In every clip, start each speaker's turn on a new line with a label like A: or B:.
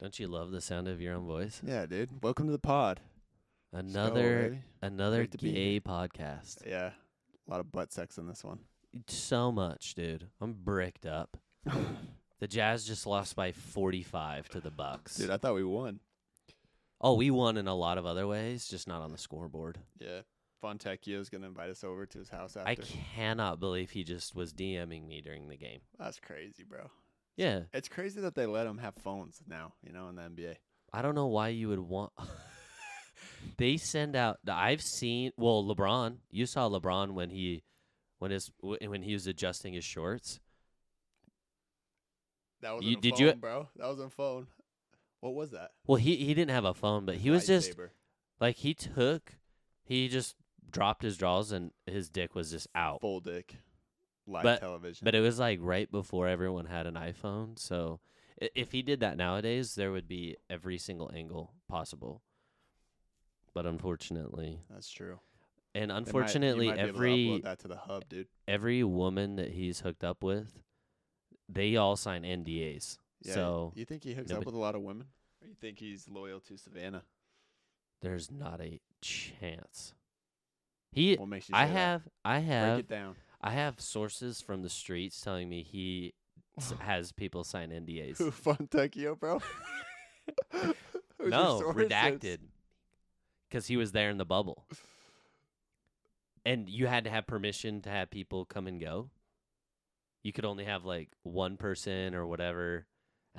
A: Don't you love the sound of your own voice?
B: Yeah, dude. Welcome to the pod. Let's go
A: Another
B: already.
A: another
B: Great to be
A: gay podcast.
B: Yeah. A lot of butt sex in this one.
A: So much, dude. I'm bricked up. the Jazz just lost by 45 to the Bucks.
B: Dude, I thought we won.
A: oh, we won in a lot of other ways, just not on the scoreboard.
B: Yeah. Fontecchio is going to invite us over to his house
A: I
B: after.
A: cannot believe he just was DMing me during the game.
B: That's crazy, bro.
A: Yeah,
B: It's crazy that they let them have phones now, you know, in the NBA.
A: I don't know why you would want. they send out. I've seen. Well, LeBron. You saw LeBron when he, when his wh- when he was adjusting his shorts.
B: That was
A: You-
B: a
A: did
B: phone,
A: you-
B: bro. That was on phone. What was that?
A: Well, he he didn't have a phone, but he was just
B: Lightsaber.
A: like he took. He just dropped his drawers and his dick was just out.
B: full dick live
A: But-
B: television.
A: But it was like right before everyone had an iPhone, so i- if he did that nowadays, there would be every single angle possible. But unfortunately,
B: That's true.
A: and
B: They might- you
A: unfortunately,
B: might be able to
A: every
B: upload that to the hub, dude.
A: every woman that he's hooked up with, they all sign NDAs.
B: Yeah,
A: so
B: you think he hooks
A: nobody-
B: up with a lot of women? Or you think he's loyal to Savannah?
A: there's not a chance. He,
B: What makes you?
A: I
B: say that?
A: have, I have,
B: Break it down.
A: I have sources from the streets telling me he s- has people sign NDAs.
B: Who Fontecchio, bro? Who's your
A: no,
B: sources?
A: redacted, because he was there in the bubble, and you had to have permission to have people come and go. You could only have like one person or whatever.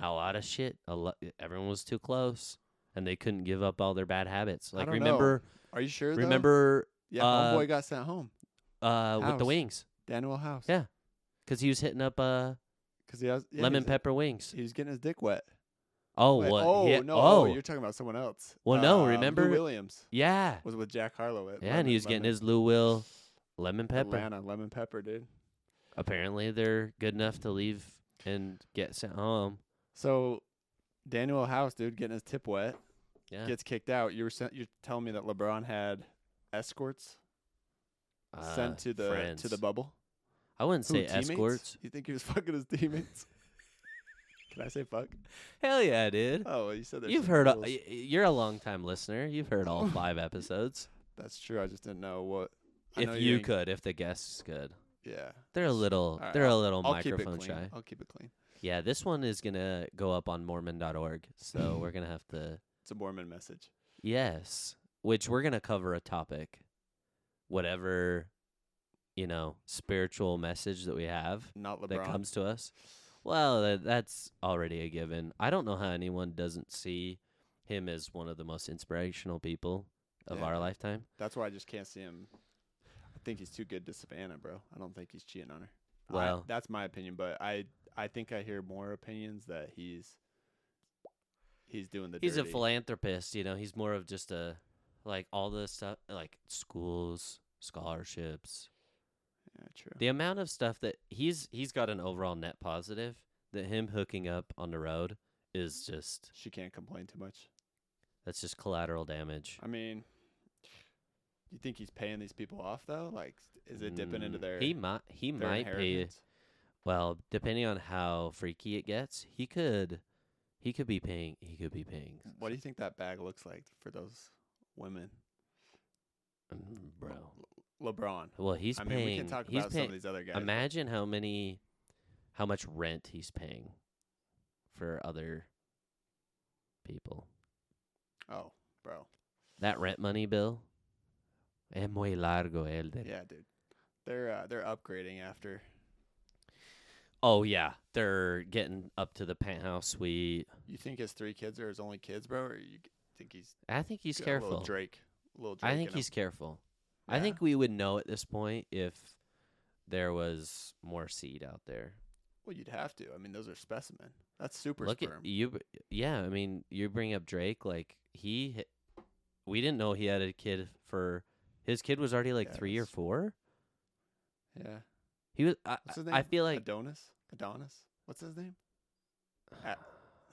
A: A lot of shit. A lo- everyone was too close, and they couldn't give up all their bad habits.
B: I
A: Like
B: don't know,
A: remember,
B: Are you sure? though?
A: remember
B: yeah,
A: uh,
B: homeboy got sent home.
A: uh, with the
B: House.
A: wings,
B: Daniel House.
A: Yeah, because he was hitting up uh,
B: because he has yeah,
A: lemon
B: he's-
A: pepper wings.
B: He was getting his dick wet.
A: Oh,
B: Wait,
A: what?
B: Oh
A: yeah,
B: no!
A: oh,
B: you're talking about someone else.
A: Well, no,
B: Uh, Lou
A: remember-
B: Williams
A: yeah.
B: was with Jack Harlow. At
A: Yeah, and he was getting his Lou Will lemon pepper.
B: Atlanta lemon pepper, dude.
A: Apparently, they're good enough to leave and get sent home.
B: So Daniel House, dude, getting his tip wet,
A: Yeah,
B: gets kicked out. You were sent, you're telling me that LeBron had escorts
A: uh,
B: sent to the
A: friends.
B: to the bubble.
A: I wouldn't
B: Who,
A: say
B: teammates?
A: escorts.
B: You think he was fucking his teammates? Can I say fuck?
A: Hell yeah, dude.
B: Oh, well, you said there's
A: You've
B: some
A: heard. a-
B: rules.
A: y- y- you're a long time listener. You've heard all five episodes.
B: That's true. I just didn't know what. I
A: if
B: know
A: you
B: ain't-
A: could, if the guests could,
B: yeah,
A: they're a little.
B: All right,
A: they're a little
B: I'll keep it
A: microphone
B: clean.
A: shy.
B: I'll keep it clean.
A: Yeah, this one is gonna go up on Mormon.org, so we're gonna have to.
B: It's a Mormon message.
A: Yes, which we're going to cover a topic, whatever, you know, spiritual message that we have
B: Not LeBron.
A: that comes to us. Well, that, that's already a given. I don't know how anyone doesn't see him as one of the most inspirational people of
B: Yeah.
A: our lifetime.
B: That's why I just can't see him. I think he's too good to Savannah, bro. I don't think he's cheating on her. I-
A: Well-
B: that's my opinion, but I I think I hear more opinions that he's he's doing the
A: He's a
B: dirty.
A: philanthropist, you know, he's more of just a like all the stuff like schools, scholarships,
B: Yeah, true.
A: the amount of stuff that he's he's got an overall net positive that him hooking up on the road is just
B: She can't complain too much.
A: That's just collateral damage.
B: I mean, you think he's paying these people off though? Like, is it dipping into
A: Mm,
B: their
A: He might. He
B: their
A: might pay.
B: inheritance?
A: Well, depending on how freaky it gets, he could. He could be paying. He could be paying.
B: What do you think that bag looks like for those women,
A: Mm, bro.
B: LeBron?
A: Well, he's
B: I mean,
A: paying.
B: we can talk
A: he's
B: about some
A: paying.
B: of these other guys. but
A: imagine how many, how much rent he's paying, for other people.
B: oh, bro,
A: That rent money bill. Es muy largo el de
B: yeah, dude, they're uh, they're upgrading after
A: Oh yeah, they're getting up to the penthouse suite.
B: You think his three kids are his only kids, bro? Or you g- think he's
A: I think he's
B: got a
A: careful.
B: little Drake? a Little Drake.
A: I
B: in
A: think
B: him?
A: he's careful. I
B: Yeah.
A: think we would know at this point if there was more seed out there.
B: Well, you'd have to. I mean, those are specimen. That's super
A: Look
B: sperm.
A: at you. br- Yeah, I mean, you bring up Drake. Like he, h- we didn't know he had a kid for. His kid was already like
B: Yeah,
A: three or
B: that's-
A: four.
B: yeah.
A: He was. I,
B: What's his
A: I-
B: name?
A: I feel like
B: Adonis. Adonis. What's his name? A-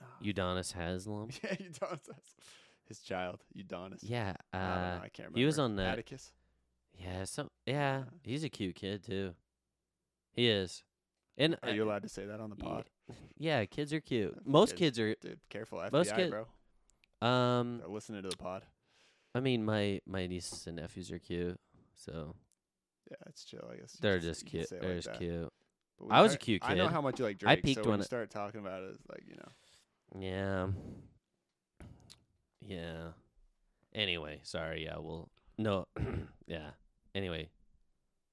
B: Ah.
A: Udonis Haslam.
B: yeah, Udonis. His child, Udonis.
A: Yeah,
B: I don't
A: uh,
B: know. I can't remember.
A: he was on the-
B: Atticus.
A: yeah. Some. Yeah,
B: Yeah.
A: he's a cute kid too. He is. And
B: Are
A: uh,
B: you allowed to say that on the
A: Ye-
B: pod?
A: yeah, kids are cute. Most
B: Kids-
A: kids are.
B: Dude, careful FBI,
A: Most kid-
B: bro.
A: Um,
B: They're listening to the pod.
A: I mean, my my nieces and nephews are cute, so
B: Yeah, it's chill. I guess you
A: they're
B: can s-
A: just
B: you can
A: cute.
B: say it
A: They're
B: like
A: just
B: that.
A: cute.
B: But
A: I was a
B: kinda-
A: cute
B: I know
A: kid.
B: how much you like Drake.
A: I
B: so
A: peaked
B: when
A: when
B: you
A: I-
B: start talking about it, it's like you know.
A: Yeah. Yeah. Anyway, sorry. Yeah, well, no. yeah. Anyway.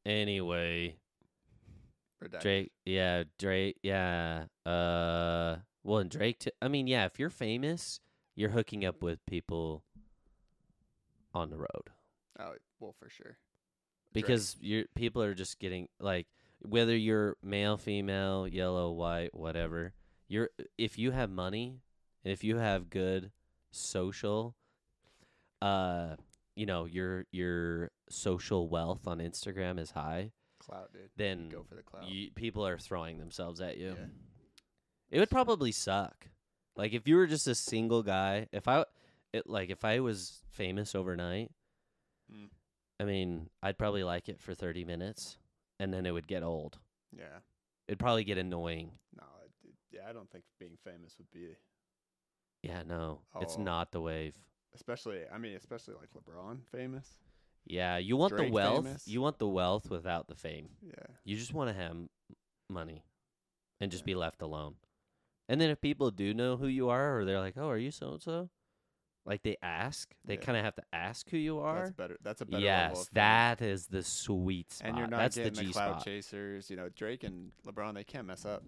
A: Anyway,
B: Redacted.
A: Drake. Yeah, Drake. Yeah. Uh. Well, and Drake. T- I mean, yeah. If you're famous, you're hooking up with people on the road
B: Oh well, for sure. Drake.
A: because you're people are just getting like whether you're male, female, yellow, white, whatever. You're if you have money and if you have good social, uh, you know your your social wealth on Instagram is high.
B: clout, dude.
A: Then
B: Go for the clout.
A: you, people are throwing themselves at you.
B: Yeah.
A: It would probably suck. Like if you were just a single guy, if I it, like if I was famous overnight,
B: Mm.
A: I mean, I'd probably like it for 30 minutes and then it would get old.
B: yeah.
A: It'd probably get annoying.
B: No. It, it, yeah, I don't think being famous would be,
A: Yeah, no. It's
B: Oh.
A: not the wave.
B: especially. I mean, especially like LeBron famous.
A: Yeah, you want
B: Drake
A: the wealth.
B: famous?
A: You want the wealth without the fame.
B: Yeah.
A: You just want to have m- money and just
B: Yeah.
A: be left alone. And then if people do know who you are or they're like, "Oh, are you so and so?" Like they ask, they
B: Yeah.
A: kind of have to ask who you are.
B: That's better. That's a better. level
A: yes,
B: of fame.
A: that is the sweet spot.
B: And you're not
A: That's
B: getting
A: the
B: the,
A: G
B: cloud
A: spot.
B: chasers. You know, Drake and LeBron, they can't mess up.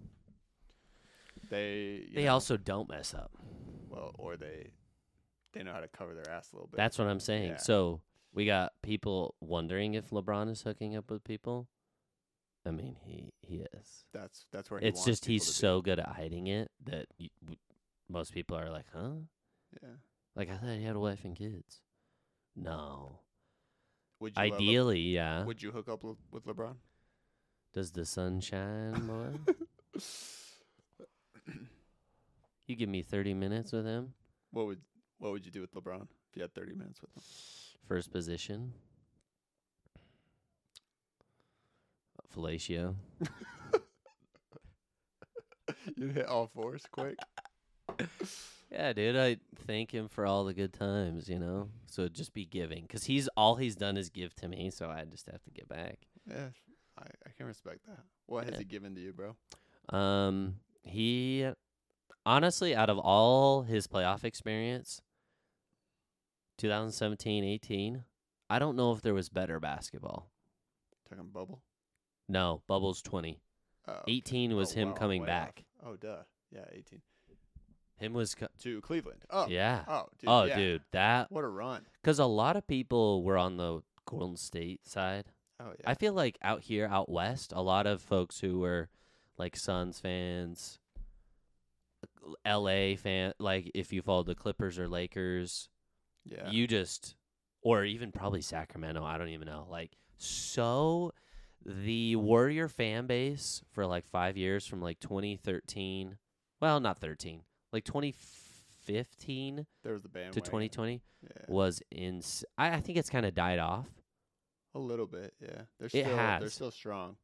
B: They you
A: They
B: know,
A: also don't mess up.
B: well, or they they know how to cover their ass a little bit.
A: That's what I'm saying.
B: yeah.
A: So we got people wondering if LeBron is hooking up with people. I mean, he he is.
B: that's that's where he
A: It's
B: wants
A: just
B: people
A: he's
B: to be.
A: so good at hiding it that you, w- most people are like, "Huh?
B: Yeah.
A: Like I thought he had a wife and kids." No.
B: Would you love Le-
A: Ideally, yeah.
B: would you hook up le- with LeBron?
A: Does the sun shine, boy? you give me 30 minutes with him,
B: What would what would you do with LeBron if you had 30 minutes with him?
A: first position. Fellatio.
B: You'd hit all fours quick.
A: Yeah, dude, I thank him for all the good times, you know. So it'd just be giving, cause he's all he's done is give to me, so I just have to give back.
B: Yeah, I, I can respect that. What has
A: Yeah.
B: he given to you, bro?
A: Um, he honestly, out of all his playoff experience, 2017-18, I don't know if there was better basketball.
B: Talking bubble.
A: No, bubbles twenty.
B: Oh, okay.
A: 18 was
B: Oh,
A: him
B: wow, I'm
A: coming
B: way off.
A: back.
B: Oh duh. Yeah, 18
A: Him was co-
B: to Cleveland. Oh
A: yeah.
B: Oh dude.
A: oh,
B: yeah.
A: dude, that
B: What a run.
A: because a lot of people were on the Golden State side.
B: Oh yeah.
A: I feel like out here, out west, a lot of folks who were like Suns fans, L.A. fan, like if you followed the Clippers or Lakers,
B: yeah.
A: you just, or even probably Sacramento. I don't even know. Like so, the Warrior fan base for like five years, from like 2013, well, not 13, like 2015
B: there was the band.
A: to 2020
B: Yeah.
A: was in. I, I think it's kind of died off.
B: A little bit. Yeah. They're still
A: It
B: they're
A: has.
B: still strong,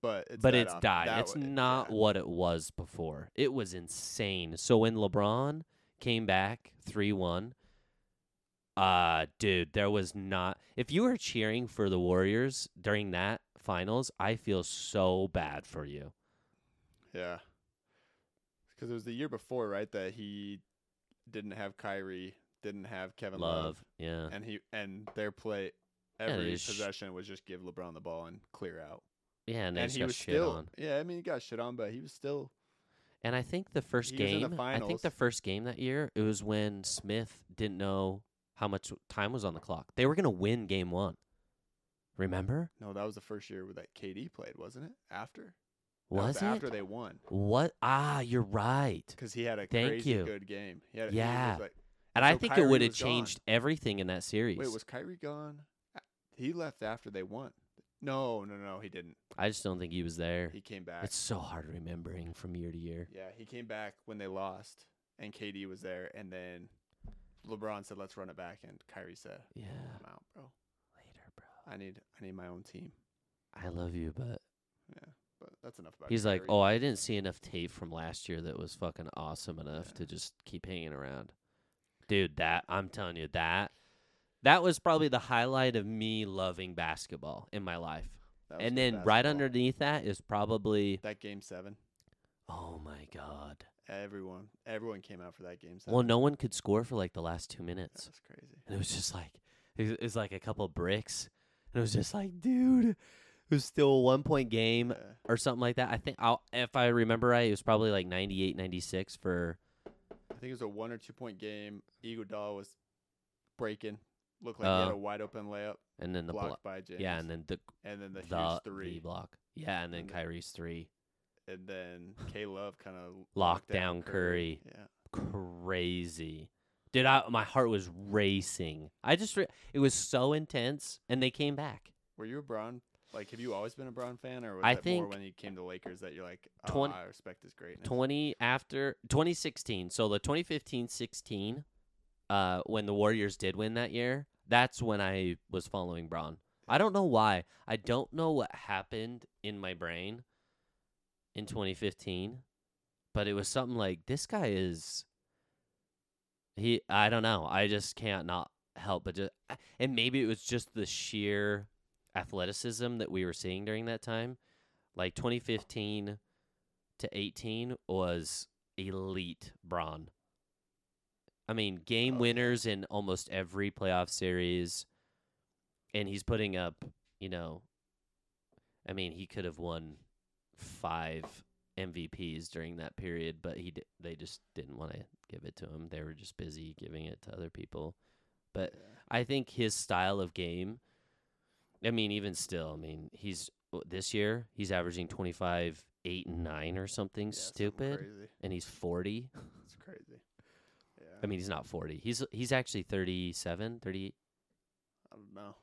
B: but it's
A: but
B: died
A: it's
B: off.
A: died.
B: That
A: it's
B: wa-
A: not
B: yeah.
A: what it was before. It was insane. So when LeBron came back 3 1, uh, dude, there was not. If you were cheering for the Warriors during that finals, I feel so bad for you.
B: Yeah. Because it was the year before, right? That he didn't have Kyrie, didn't have Kevin Love,
A: Love. Yeah.
B: and he and their play
A: they
B: every
A: just sh-
B: possession was just give LeBron the ball and clear out.
A: Yeah. And, they
B: and
A: just
B: he
A: got
B: was
A: shit
B: still,
A: on.
B: yeah. I mean, he got shit on, but he was still
A: And I think the first
B: He was in
A: game,
B: the
A: I think the
B: finals.
A: first game that year, it was when Smith didn't know how much time was on the clock. They were going to win game one. Remember?
B: no. That was the first year that KD played, wasn't it? After That
A: Was it?
B: after they won
A: What? Ah, you're right.
B: because he had a
A: Thank
B: crazy
A: you.
B: good game. He had, he was
A: Yeah.
B: like-
A: And I
B: So
A: think
B: Kyrie
A: it would have
B: was gone.
A: changed everything in that series.
B: wait, was Kyrie gone? A- He left after they won. No, no, no, he didn't.
A: I just don't think he was there.
B: He came back.
A: It's so hard remembering from year to year.
B: Yeah, he came back when they lost, and KD was there, and then LeBron said, "Let's run it back," and Kyrie said,
A: Yeah.
B: "I'm out, bro.
A: Later, bro.
B: I need I need my own team."
A: I love you, but
B: Yeah, But that's enough about.
A: He's like,
B: Kyrie.
A: oh, I didn't see enough tape from last year that was fucking awesome enough to just keep hanging around. Dude, that I'm telling you that that was probably the highlight of me loving basketball in my life.
B: That was
A: And
B: good
A: then right
B: basketball.
A: underneath that is probably
B: that game seven,
A: oh my god.
B: everyone everyone came out for that game seven.
A: Well, no one could score for like the last 2 minutes.
B: that's crazy.
A: And it was just like it was, it was like a couple bricks. And it was just like, dude, it was still a one-point game.
B: Yeah.
A: or something like that. I think I'll, if I remember right, it was probably like 98, 96 for
B: I think it was a one or two point game. Iguodala was breaking. Looked like he had
A: Oh.
B: a wide open layup
A: and then the
B: blocked
A: block.
B: by James.
A: Yeah, and then the
B: and then the,
A: the,
B: huge
A: the,
B: three,
A: block. Yeah, and then
B: And the-
A: Kyrie's three.
B: and then K Love kind of
A: Locked down Curry.
B: Yeah,
A: Crazy. Dude, I, my heart was racing. I just re- it was so intense and they came back.
B: were you a Braun? Like, have you always been a Braun fan, or was
A: I
B: that more
A: think
B: when you came to Lakers that you're like, oh,
A: 20
B: I respect this greatness?
A: 20 after 2016. So the 2015-16 uh when the Warriors did win that year, that's when I was following Braun. I don't know why. I don't know what happened in my brain in 2015, but it was something like this guy is he I don't know. I just can't not help but just and maybe it was just the sheer athleticism that we were seeing during that time. Like 2015 to 18 was elite Braun. I mean, game
B: Oh, yeah.
A: winners in almost every playoff series. And he's putting up, you know, I mean, he could have won five MVPs during that period, but he d- they just didn't want to give it to him. They were just busy giving it to other people. But
B: Yeah.
A: I think his style of game. I mean, even still, I mean, he's w- this year he's averaging 25, 8, and 9 or something
B: Yeah, something
A: stupid,
B: Crazy.
A: and he's 40.
B: It's crazy. Yeah,
A: I mean, he's not 40. He's he's actually 37, 38.
B: I don't know.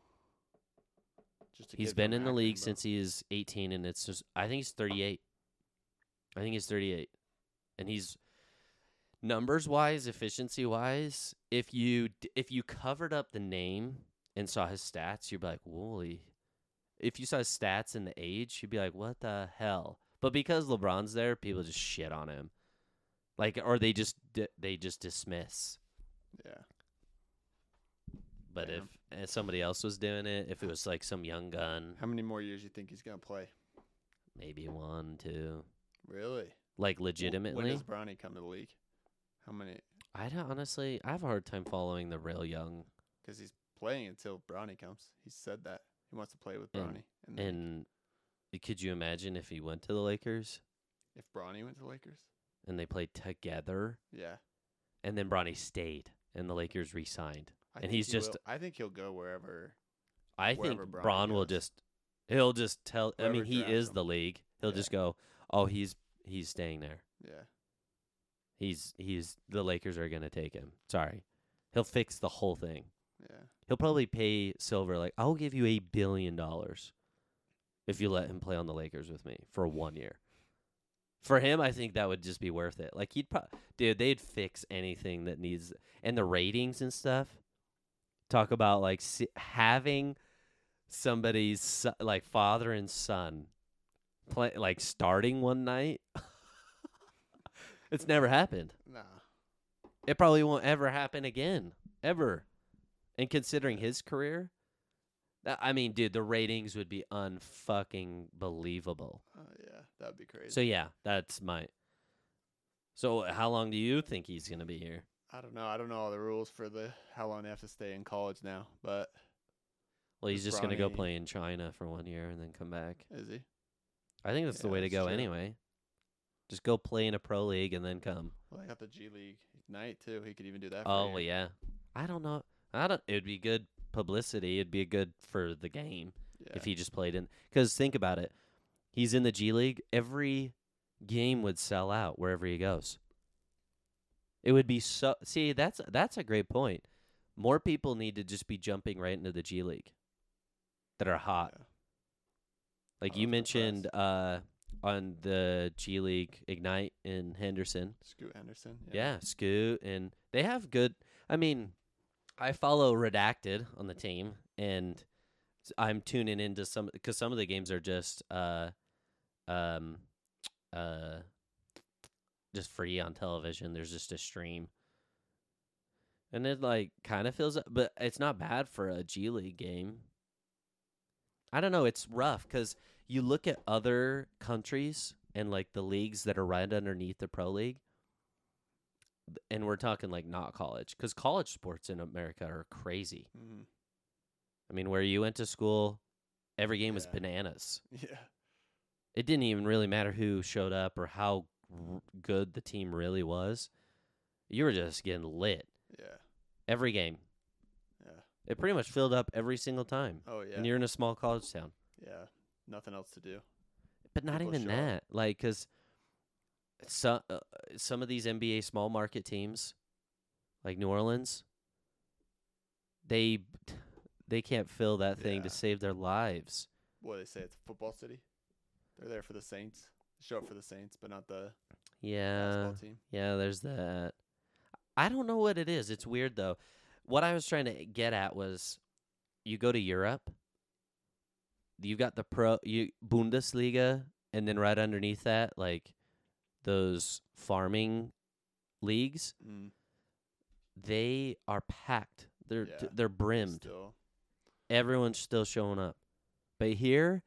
B: Just a
A: He's
B: kid
A: been
B: from
A: in the
B: Akron,
A: league
B: bro.
A: since he is 18 and it's just I think he's 38. I think he's 38. And he's numbers wise, efficiency wise, if you d- if you covered up the name and saw his stats, you'd be like, "Holy." If you saw his stats and the age, you'd be like, "What the hell?" But because LeBron's there, people just shit on him. Like or they just di- they just dismiss.
B: Yeah,
A: But
B: Damn.
A: if, if somebody else was doing it, if it was like some young gun,
B: how many more years you think he's gonna play?
A: maybe one, two,
B: Really?
A: like
B: W-
A: legitimately.
B: When does Bronny come to the league? How many?
A: I don't honestly. I have a hard time following the real young,
B: Because he's playing until Bronny comes. He said that he wants to play with
A: And-
B: Bronny. And,
A: and eh, could you imagine if he went to the Lakers
B: if Bronny went to the Lakers,
A: and they played together,
B: yeah,
A: and then Bronny stayed, and the Lakers re-signed?
B: I
A: And
B: think
A: he's
B: he will-
A: just-
B: I think he'll go wherever.
A: I
B: Wherever
A: think
B: Bronny
A: Braun will
B: goes.
A: just. He'll just tell. I mean,
B: Whoever
A: he
B: drafts
A: is
B: him.
A: the league. He'll
B: Yeah.
A: just go. Oh, he's he's staying there.
B: Yeah,
A: He's he's the Lakers are gonna take him. Sorry, he'll fix the whole thing.
B: yeah.
A: He'll probably pay Silver like I'll give you a billion dollars if you let him play on the Lakers with me for one year. For him, I think that would just be worth it. Like he'd pro- dude, they'd fix anything that needs and the ratings and stuff. Talk about like si- having somebody's so- like father and son play like starting one night. it's never happened.
B: Nah.
A: It probably won't ever happen again, ever. And considering his career, tha- I mean, dude, the ratings would be unfucking believable.
B: Oh yeah, that'd be crazy.
A: So yeah, that's my. So how long do you think he's gonna be here?
B: I don't know. I don't know all the rules for the how long they have to stay in college now. But
A: Well, he's
B: With
A: just gonna go
B: Bronny.
A: play in China for one year and then come back.
B: is he?
A: I think that's the
B: Yeah,
A: way to
B: that's
A: go
B: true.
A: anyway. Just go play in a pro league and then come.
B: Well, they got the G League Ignite too. He could even do that. For a
A: Oh
B: year.
A: well, yeah. I don't know. I don't. It'd be good publicity. It'd be good for the game.
B: yeah.
A: if he just played in because think about it he's in the g league every game would sell out wherever he goes it would be so see that's that's a great point more people need to just be jumping right into the g league that are hot
B: Yeah.
A: like
B: I
A: you
B: was impressed.
A: mentioned uh on the g league ignite in henderson
B: Scoot Henderson.
A: yeah, Scoot, and they have good. I mean, I follow Redacted on the team, and s- I'm tuning into some because some of the games are just uh, uh, um uh just free on television. There's just a stream. And it like kind of feels but it's not bad for a G League game. I don't know, it's rough cuz you look at other countries and like the leagues that are right underneath the pro league and we're talking like not college cuz college sports in America are crazy.
B: Mhm.
A: I mean, where you went to school, every game was
B: Yeah.
A: bananas.
B: Yeah.
A: It didn't even really matter who showed up or how r- good the team really was. You were just getting lit
B: Yeah.
A: every game.
B: Yeah.
A: It pretty much filled up every single time.
B: Oh yeah.
A: And you're in a small college town.
B: yeah. Nothing else to do.
A: But not
B: People
A: even
B: show up.
A: that. Like, because so, uh, some of these NBA small market teams, like New Orleans, they they can't fill that thing
B: Yeah.
A: to save their lives.
B: What do they say? It's a football city. They're there for the Saints. Show up for the Saints, but not the
A: Yeah.
B: basketball team.
A: Yeah, there's that. I don't know what it is. It's weird though. What I was trying to get at was you go to Europe, you got the pro you Bundesliga and then right underneath that like those farming leagues,
B: Mm,
A: they are packed. They're t-
B: Yeah.
A: they're brimmed.
B: still.
A: Everyone's still showing up. But here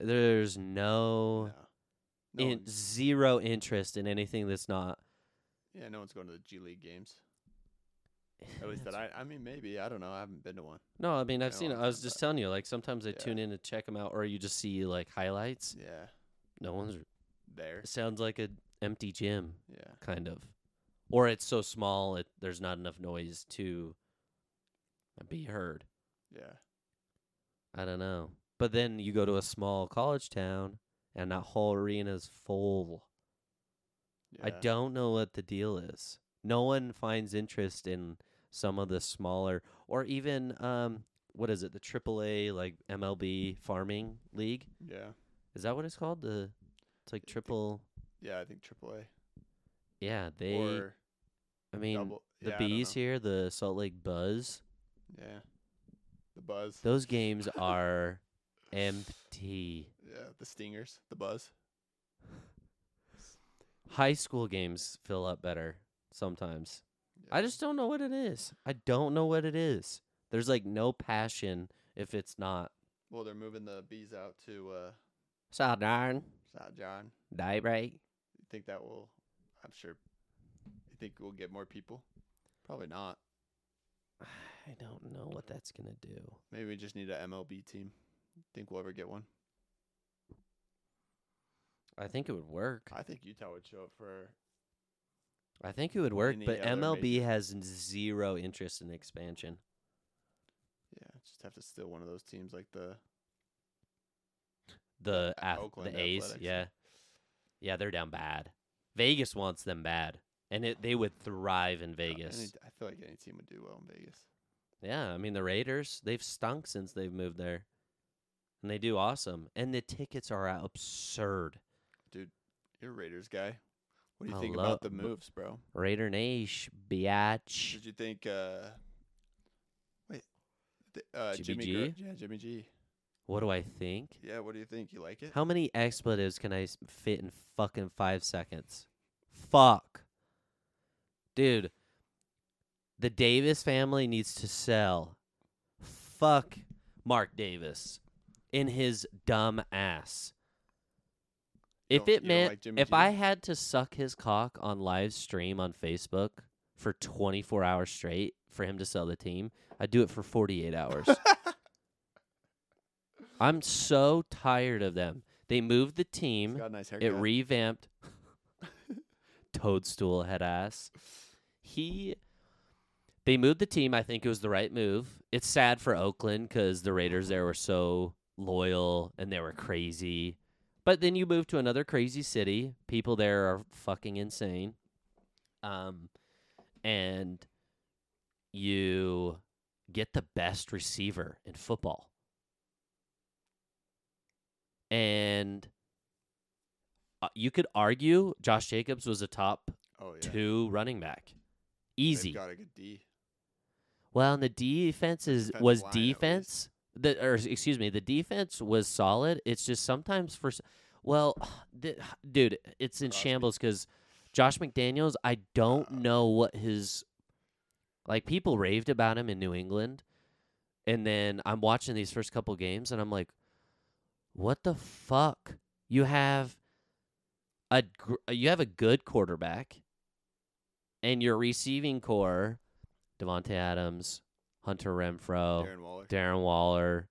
A: there's
B: No.
A: no,
B: No
A: in,
B: one-
A: zero interest in anything that's not
B: yeah, no one's going to the G League games. At least that I. I mean, maybe I don't know. I haven't been to one.
A: No, I mean I've
B: a
A: seen it.
B: long
A: I was
B: time
A: just
B: back.
A: telling you, like sometimes I
B: Yeah.
A: tune in to check them out, or you just see like highlights.
B: Yeah,
A: No one's.
B: there.
A: It sounds like an empty gym,
B: Yeah,
A: kind of, or it's so small it there's not enough noise to be heard.
B: yeah,
A: I don't know. But then you go to a small college town, and that whole arena's full.
B: yeah.
A: I don't know what the deal is. No one finds interest in some of the smaller or even um what is it the AAA like MLB farming league.
B: Yeah,
A: Is that what it's called? The it's like
B: think-
A: triple.
B: yeah. I think AAA
A: Yeah, they.
B: or
A: I mean,
B: double.
A: the
B: yeah, I don't
A: bees
B: know.
A: here, the Salt Lake Buzz.
B: Yeah, the buzz.
A: Those games are empty.
B: yeah, the stingers. The buzz.
A: High school games fill up better sometimes. I
B: Yeah.
A: just don't know what it is. I don't know what it is. There's like no passion if it's not.
B: Well, they're moving the bees out to uh,
A: South darn
B: South John.
A: daybreak.
B: You think that will? I'm sure. You think we'll get more people? Probably not.
A: I don't know what that's gonna do.
B: Maybe we just need a MLB team. Think we'll ever get one?
A: I think it would work.
B: I think Utah would show up for.
A: I think it would work,
B: Any
A: but
B: other
A: MLB has zero interest in expansion.
B: Yeah, just have to steal one of those teams like the
A: the
B: A-
A: ath-
B: Oakland
A: the A's.
B: Athletics.
A: Yeah, yeah, they're down bad. Vegas wants them bad, and it, they would thrive in
B: Uh, any
A: Vegas.
B: t- I feel like any team would do well in Vegas.
A: yeah, I mean the Raiders, they've stunk since they've moved there, and they do awesome. And the tickets are absurd.
B: You're a Raiders guy. What do you
A: I
B: think
A: love-
B: about the
A: bu-
B: moves, bro?
A: Raider Nation, biatch.
B: Did you think? uh Wait, th- uh,
A: Jimmy
B: Jimmy G. yeah, Jimmy G.
A: What do I think?
B: Yeah, what do you think? You like it?
A: How many expletives can I s- fit in fucking five seconds? Fuck, dude. The Davis family needs to sell. Fuck Mark Davis in his dumb ass.
B: You
A: If
B: don't-
A: it
B: you don't
A: meant,
B: like Jimmy
A: if
B: G?
A: I had to suck his cock on live stream on Facebook for 24 hours straight for him to sell the team, I'd do it for 48 hours. I'm so tired of them. They moved the
B: He's
A: team.
B: got a nice haircut.
A: It revamped Toadstool head ass. He they moved the team. I think it was the right move. It's sad for Oakland because the Raiders there were so loyal and they were crazy. But then you move to another crazy city. People there are fucking insane. Um, and you get the best receiver in football. And uh, you could argue Josh Jacobs was a top
B: oh yeah,
A: two running back.
B: They've
A: Easy.
B: Got a good D.
A: Well, and the defense is
B: Defensive
A: was
B: line, at least.
A: defense. The or excuse me, the defense was solid. It's just sometimes for s- Well, d- dude, it's in
B: Crosby. Uh.
A: shambles because Josh McDaniels. I don't know what his like. People raved about him in New England, and then I'm watching these first couple games, and I'm like, what the fuck? You have a gr- uh, you have a good quarterback, and your receiving core, Devonte Adams, Hunter Renfro,
B: Darren Waller.
A: Darren Waller.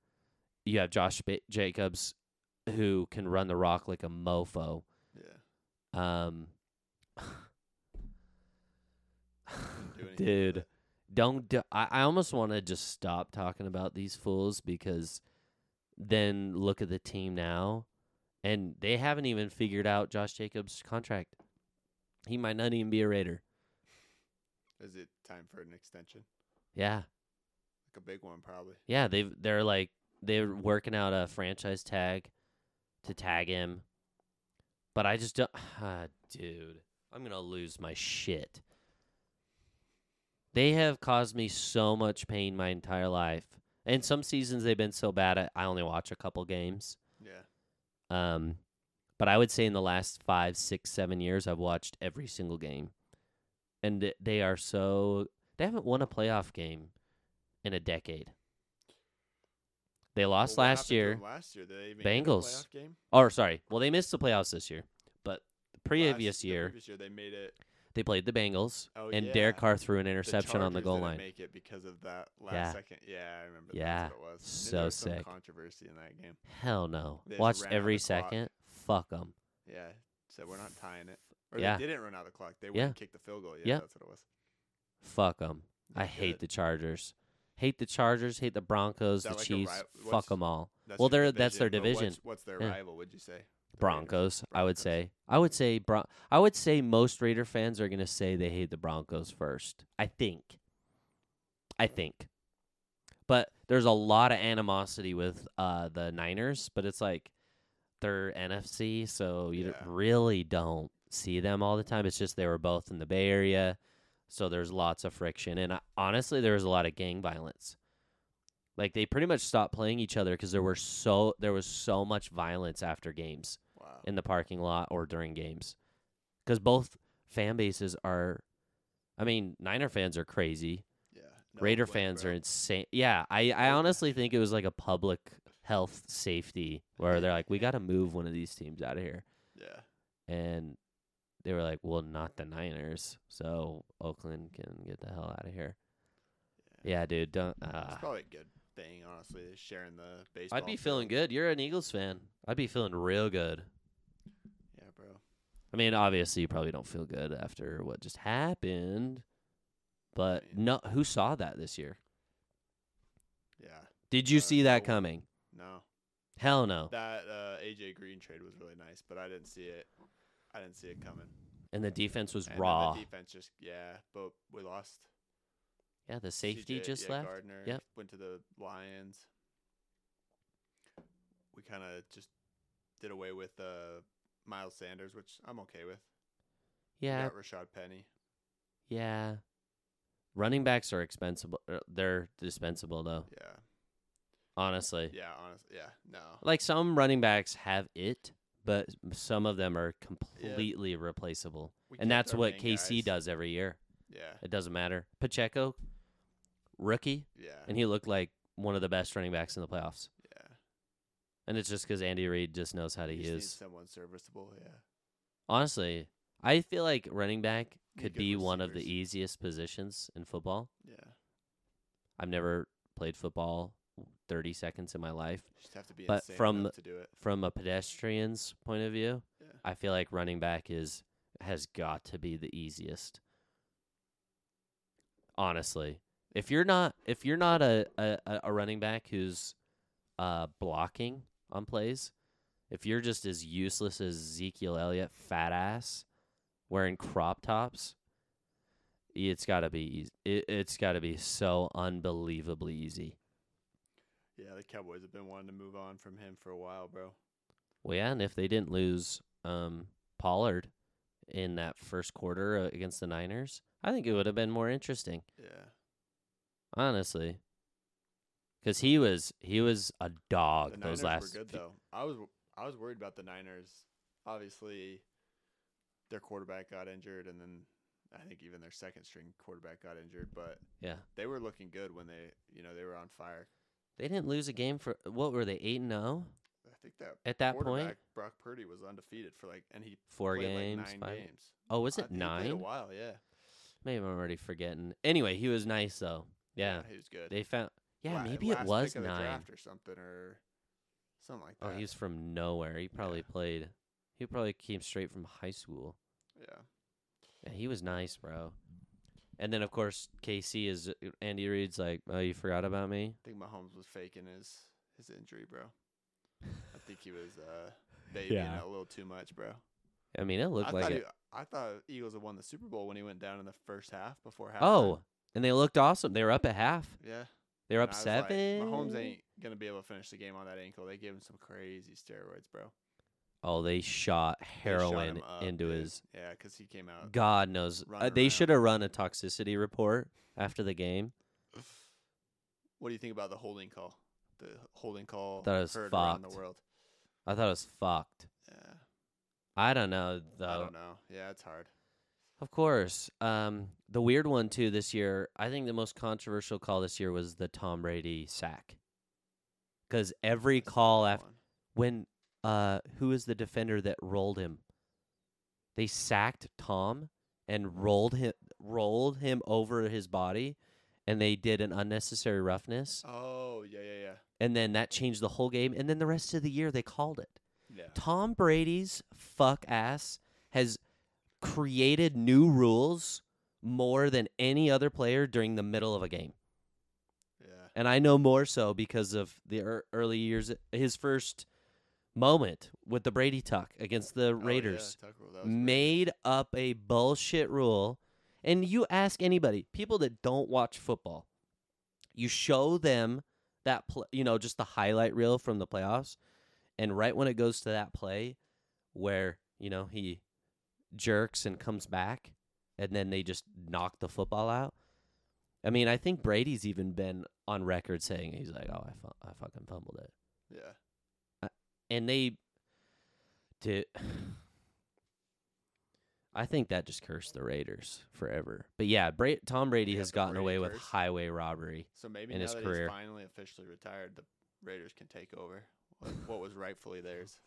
A: You have Josh ba- Jacobs, who can run the rock like a mofo.
B: yeah.
A: Um,
B: do anything with
A: dude,
B: it.
A: don't. Do- I, I almost want to just stop talking about these fools because then look at the team now, and they haven't even figured out Josh Jacobs' contract. He might not even be a Raider.
B: Is it time for an extension?
A: Yeah,
B: Like a big one, probably.
A: yeah. They've they're like they're working out a franchise tag to tag him, but I just don't. Ah, dude, I'm gonna lose my shit. They have caused me so much pain my entire life, and some seasons they've been so bad. I, I only watch a couple games.
B: Yeah.
A: Um, but I would say in the last five, six, seven years, I've watched every single game, and th- they are so they haven't won a playoff game in a decade. They
B: Well,
A: lost
B: what happened
A: last
B: to
A: year.
B: them Last year, did they even get a
A: Bengals.
B: playoff game?
A: Or sorry, well they missed the playoffs this year, but the
B: Last-
A: previous
B: the
A: year
B: previous year they made it.
A: they played the Bengals,
B: Oh,
A: and
B: yeah.
A: Derek Carr threw an
B: The
A: interception on the
B: Chargers
A: goal
B: didn't
A: line.
B: Make it because of that last
A: Yeah.
B: second. Yeah, I remember.
A: Yeah,
B: That's what it was. And
A: so
B: there was some
A: sick.
B: Controversy in that game.
A: Hell no!
B: They just
A: Watched
B: ran out
A: every
B: the clock.
A: second. Fuck 'em. Fuck them.
B: Yeah. So we're not tying it. Or
A: Yeah.
B: they didn't run out the clock. They
A: Yeah.
B: wouldn't kick the field goal. Yeah,
A: Yeah.
B: that's what it was.
A: Fuck them. I
B: Not
A: hate
B: good.
A: the Chargers. Hate the Chargers. Hate the Broncos.
B: that
A: The
B: like a
A: Chiefs.
B: ri-
A: Fuck
B: what's-
A: them all.
B: That's
A: Well,
B: your
A: they're- that's their
B: but what's-
A: division.
B: What's, their
A: Yeah.
B: rival? Would you say? The Raiders.
A: Broncos, I would
B: Broncos.
A: say. I would say Bron- I would say most Raider fans are going to say they hate the Broncos first. I think. I think. But there's a lot of animosity with uh, the Niners, but it's like they're NFC, so you d-
B: Yeah.
A: really don't see them all the time. It's just they were both in the Bay Area, so there's lots of friction. And I, honestly, there was a lot of gang violence. Like they pretty much stopped playing each other because there were so there was so much violence after games
B: Wow.
A: in the parking lot or during games because both fan bases are i mean niner fans are crazy
B: yeah.
A: raider fans are insane yeah i, I
B: No
A: honestly think it was like a public health safety where they're like we got to move one of these teams out of here
B: Yeah.
A: and they were like well not the niners so oakland can get the hell out of here yeah dude don't uh,
B: It's probably a good thing, honestly, is sharing the baseball.
A: i'd be
B: field.
A: feeling good you're an eagles fan i'd be feeling real good
B: Yeah, bro.
A: I mean, obviously, you probably don't feel good after what just happened, but
B: mean-
A: no, who saw that this year?
B: Yeah.
A: Did you
B: Uh,
A: see that
B: no one.
A: coming?
B: No.
A: Hell no.
B: That uh, AJ Green trade was really nice, but I didn't see it. I didn't see it coming.
A: And the defense was
B: And then
A: raw.
B: The defense just yeah, but we lost.
A: yeah, the safety
B: CJ
A: just
B: yeah,
A: left.
B: Gardner
A: Yep.
B: went to the Lions. We kind of just did away with uh, Miles Sanders, which I'm okay with. We
A: Yeah,
B: got Rashad Penny.
A: yeah. Running backs are expensive. er, They're dispensable though,
B: Yeah,
A: honestly.
B: yeah, honestly, yeah, no,
A: Like some running backs have it, but some of them are completely replaceable.
B: We kept
A: And that's
B: our
A: what
B: main
A: KC
B: guys.
A: does every year.
B: Yeah,
A: It doesn't matter. Pacheco, rookie,
B: yeah,
A: and he looked like one of the best running backs in the playoffs.
B: yeah.
A: And it's just because Andy Reid just knows how to
B: You just need
A: use.
B: someone serviceable. Yeah,
A: Honestly, I feel like running back
B: Need
A: could
B: good
A: be one of the
B: receivers.
A: easiest positions in football.
B: yeah.
A: I've never played football 30 seconds in my life.
B: You just have to be
A: But
B: insane
A: from
B: enough
A: the-
B: to do it.
A: From a pedestrian's point of view,
B: Yeah.
A: I feel like running back is has got to be the easiest. Honestly, if you're not if you're not a a, a- a running back who's uh, blocking on plays, if you're just as useless as Ezekiel Elliott, fat ass, wearing crop tops, it's got to be easy. It, it's got to be so unbelievably easy.
B: Yeah, the Cowboys have been wanting to move on from him for a while, bro.
A: Well, yeah, and if they didn't lose um, Pollard in that first quarter uh, against the Niners, I think it would have been more interesting,
B: Yeah.
A: honestly, because he was he was a dog
B: the
A: those
B: Niners
A: last.
B: were good
A: few-
B: though. I was I was worried about the Niners. Obviously, their quarterback got injured, and then I think even their second string quarterback got injured. But
A: Yeah.
B: they were looking good when they, you know, they were on fire.
A: They didn't lose a game for what were they eight and zero
B: I think that
A: at that
B: quarterback
A: point?
B: Brock Purdy was undefeated for like, and he
A: Four
B: played
A: games,
B: like nine
A: five.
B: games.
A: Oh, was
B: I
A: it
B: think he played A
A: nine?
B: while, yeah.
A: Maybe I'm already forgetting. Anyway, he was nice though. Yeah,
B: he was good.
A: they found. Yeah,
B: La-
A: maybe
B: last
A: it
B: pick
A: was
B: of the
A: nine.
B: draft or something or something like
A: Oh,
B: that.
A: he was from nowhere. He probably played. He probably came straight from high school.
B: yeah.
A: Yeah, he was nice, bro. And then of course KC is uh, Andy Reid's like, oh, you forgot about me.
B: I think Mahomes was faking his his injury, bro. I think he was uh babying
A: Yeah.
B: it a little too much, bro.
A: I mean, it looked
B: I
A: like
B: thought
A: it.
B: he, I thought Eagles had won the Super Bowl when he went down in the first half before half.
A: oh, and they looked awesome. They were up at half.
B: yeah,
A: They were
B: And
A: up
B: I was like,
A: seven.
B: Mahomes ain't gonna be able to finish the game on that ankle. They gave him some crazy steroids, bro.
A: Oh, they shot
B: They shot
A: heroin
B: him up,
A: into
B: dude.
A: his.
B: yeah, because he came out.
A: God knows.
B: Run
A: Uh, they
B: around.
A: should have run a toxicity report after the game.
B: What do you think about the holding call? The holding call
A: Thought it was
B: heard around the
A: fucked.
B: world.
A: I thought it was fucked.
B: Yeah,
A: I don't know though.
B: I don't know. Yeah, it's hard.
A: Of course. Um, the weird one too this year. I think the most controversial call this year was the Tom Brady sack. Because every
B: That's the
A: call
B: hard
A: after
B: one.
A: when uh, who is the defender that rolled him? They sacked Tom and rolled him rolled him over his body, and they did an unnecessary roughness,
B: Oh yeah, yeah, yeah.
A: and then that changed the whole game. And then the rest of the year they called it.
B: Yeah.
A: Tom Brady's fuck ass has created new rules more than any other player during the middle of a game.
B: Yeah.
A: And I know more so because of the ear early years, his first moment with the Brady tuck against the
B: Oh, yeah,
A: Raiders
B: Tuck rule, that was great.
A: made up a bullshit rule. And you ask anybody, people that don't watch football, you show them that pl- you know just the highlight reel from the playoffs, and right when it goes to that play where you know he jerks and comes back, and then they just knock the football out. I mean, I think Brady's even been on record saying he's like, "Oh, I, fu- I fucking fumbled it,"
B: Yeah.
A: and they, to, I think that just cursed the Raiders forever. But yeah, Bra- Tom Brady
B: Yeah,
A: has
B: the
A: gotten
B: Brady
A: away with
B: curse.
A: highway robbery.
B: So maybe
A: in
B: now
A: his
B: that
A: career.
B: he's finally officially retired, the Raiders can take over what, what was rightfully theirs.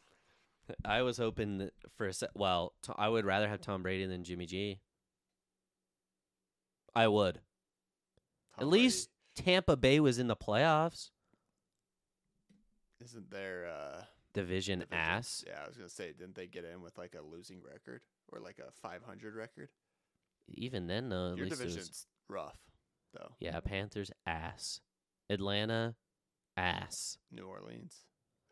A: I was hoping that for a sec. Well, t- I would rather have Tom Brady than Jimmy G. I would.
B: Tom Brady
A: least- Tampa Bay was in the playoffs.
B: isn't their uh,
A: Division,
B: division-
A: ass.
B: Yeah, I was gonna say, didn't they get in with like a losing record or like a 500 record?
A: Even then, though, at
B: Your
A: least it was.
B: division's rough, though.
A: Yeah, Panthers ass. Atlanta ass.
B: New Orleans,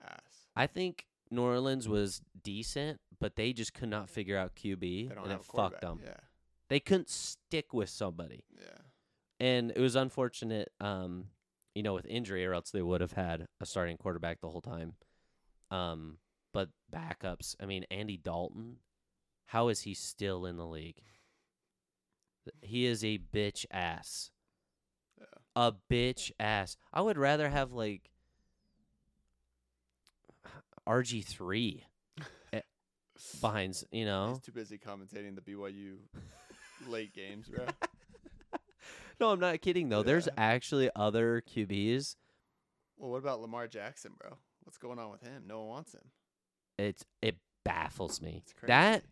B: ass.
A: I think New Orleans was decent, but they just could not figure out QB,
B: They don't
A: and
B: have
A: it
B: a
A: fucked
B: quarterback.
A: them.
B: Yeah,
A: They couldn't stick with somebody.
B: yeah.
A: and it was unfortunate um you know with injury or else they would have had a starting quarterback the whole time um but backups i mean andy dalton how is he still in the league Th- he is a bitch ass
B: Yeah.
A: a bitch ass i would rather have like rg3 eh, behind s- you know
B: He's too busy commentating the BYU late games, bro.
A: no i'm not kidding though there's
B: Yeah.
A: actually other qb's
B: Well, what about Lamar Jackson, bro? What's going on with him? No one wants him.
A: It's it baffles me.
B: It's crazy.
A: That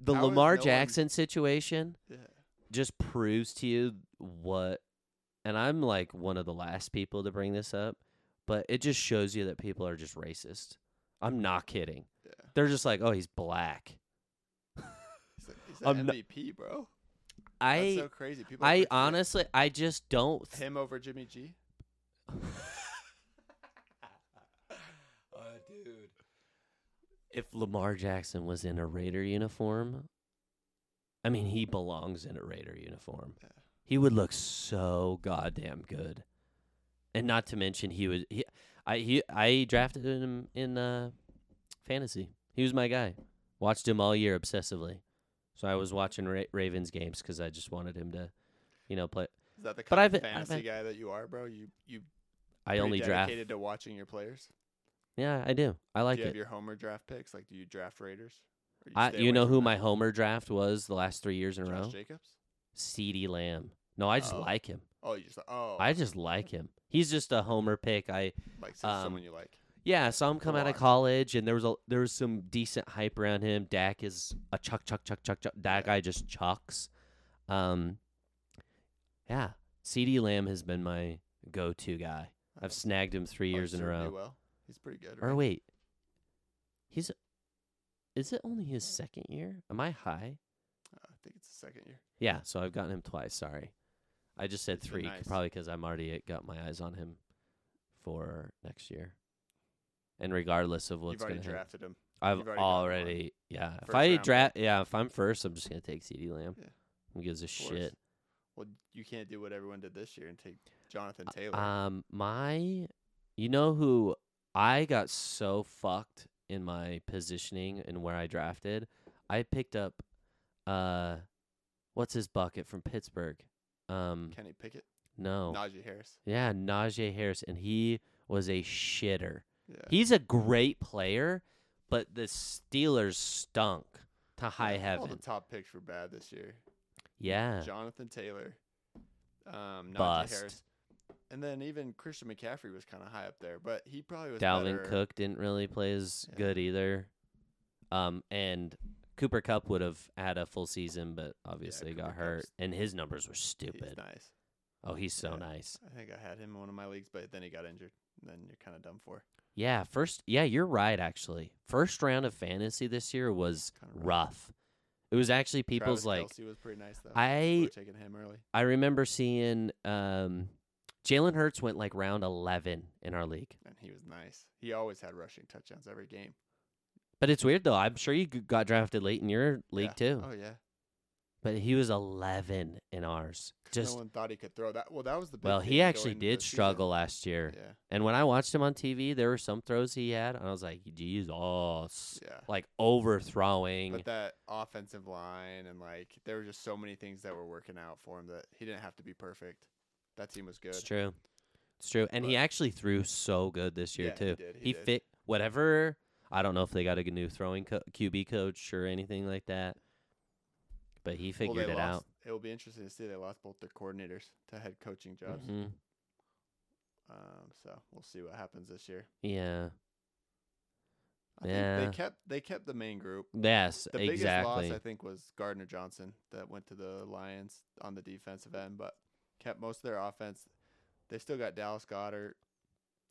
A: the
B: How is
A: Lamar
B: no one-
A: Jackson situation
B: Yeah.
A: just proves to you what and I'm like one of the last people to bring this up, but it just shows you that people are just racist. I'm not kidding.
B: Yeah.
A: They're just like, "Oh, he's black."
B: He's a- he's
A: I'm
B: an
A: not-
B: MVP, bro.
A: I
B: That's so crazy. People
A: I
B: predict
A: honestly I just don't th-
B: him over Jimmy G.
A: oh, dude. If Lamar Jackson was in a Raider uniform, I mean, he belongs in a Raider uniform.
B: Yeah.
A: He would look so goddamn good, and not to mention he was. He, I he I drafted him in uh, fantasy. He was my guy. Watched him all year obsessively, so I was watching Ra- Ravens games because I just wanted him to, you know, play.
B: Is that the
A: But
B: kind
A: I've
B: of
A: been- I've
B: fantasy
A: been-
B: guy that you are, bro? You you
A: I
B: pretty
A: only draft
B: dedicated to watching your players.
A: Yeah, I do. I like
B: do you
A: it.
B: have your homer draft picks? Like, do you draft Raiders? Or
A: I,
B: stay
A: you
B: away
A: know
B: from
A: who
B: that?
A: my homer draft was the last three years in a
B: Josh
A: row?
B: Jacobs?
A: CeeDee Lamb. No, I just
B: Oh.
A: like him.
B: Oh, you just thought- oh,
A: I just like him. He's just a homer pick. I
B: like so
A: um,
B: someone you like. Oh,
A: yeah, I saw him come out of
B: lot.
A: college and there was a there was some decent hype around him. Dak is a chuck chuck chuck chuck chuck. That
B: Yeah.
A: guy just chucks. Um yeah. CeeDee Lamb has been my go to guy.
B: Um,
A: I've snagged him three
B: oh,
A: years in a
B: served you
A: row.
B: Well, he's pretty good.
A: Or
B: right?
A: wait. He's is it only his second year? Am I high?
B: Uh, I think it's the second year.
A: Yeah, so I've gotten him twice. Sorry, I just said
B: It's been
A: three, c-
B: nice.
A: probably because I'm already uh, got my eyes on him for next year. And regardless of what's
B: You've already
A: going to happen,
B: drafted him.
A: I've
B: you've
A: already,
B: already gotten one.
A: yeah. if
B: First
A: I
B: round pick.
A: draft, yeah, if I'm first, I'm just going to take CD Lamb.
B: Yeah,
A: Who gives a
B: course.
A: shit?
B: Well, you can't do what everyone did this year and take Jonathan Taylor.
A: Um, my, you know who I got so fucked in my positioning and where I drafted. I picked up, uh, what's his bucket from Pittsburgh? Um,
B: Kenny Pickett,
A: no,
B: Najee Harris.
A: Yeah, Najee Harris, and he was a shitter.
B: Yeah,
A: He's a great player, but the Steelers stunk to high
B: Yeah, All
A: heaven.
B: the top picks were bad this year.
A: Yeah,
B: Jonathan Taylor, um, Najee
A: Bust.
B: Harris, and then even Christian McCaffrey was kind of high up there, but he probably was
A: Dalvin
B: better-
A: Cook didn't really play as
B: Yeah.
A: good either. Um, and Cooper Cup would have had a full season, but obviously
B: Cooper
A: got
B: Kupp's-
A: hurt, and his numbers were
B: He's
A: stupid.
B: nice.
A: oh, he's so
B: yeah.
A: nice.
B: I think I had him in one of my leagues, but then he got injured. And then you're kind of done for.
A: Yeah, first. Yeah, you're right. Actually, first round of fantasy this year was
B: Kinda rough.
A: rough. It was actually people's
B: Travis
A: like.
B: Kelce was pretty nice though.
A: I
B: People were taking him early.
A: I remember seeing um, Jalen Hurts went like round 11 in our league.
B: and he was nice. He always had rushing touchdowns every game.
A: But it's weird though. I'm sure you g- got drafted late in your league
B: Yeah.
A: too.
B: Oh yeah,
A: But he was 11 in ours.
B: 'Cause
A: Just
B: no one thought he could throw that. Well, that was the big
A: well,
B: thing
A: he
B: going
A: actually
B: into the
A: did
B: season.
A: struggle last year.
B: Yeah,
A: And when I watched him on TV, there were some throws he had, and I was like, Jesus,
B: yeah.
A: like overthrowing.
B: But that offensive line and like there were just so many things that were working out for him that he didn't have to be perfect. That team was good.
A: It's true. It's true. And he
B: But-
A: actually threw so good this year
B: Yeah,
A: too.
B: he did, he did.
A: fit whatever. I don't know if they got a g- new throwing co- QB coach or anything like that, but he
B: Well, they
A: figured it
B: lost- It will be interesting to see they lost both their coordinators to head coaching
A: out.
B: jobs.
A: Mhm.
B: Um, so we'll see what happens this year.
A: Yeah.
B: I
A: Yeah.
B: think they kept they kept the main group.
A: Yes.
B: The
A: exactly.
B: biggest loss I think was Gardner Johnson that went to the Lions on the defensive end, but kept most of their offense. They still got Dallas Goddard,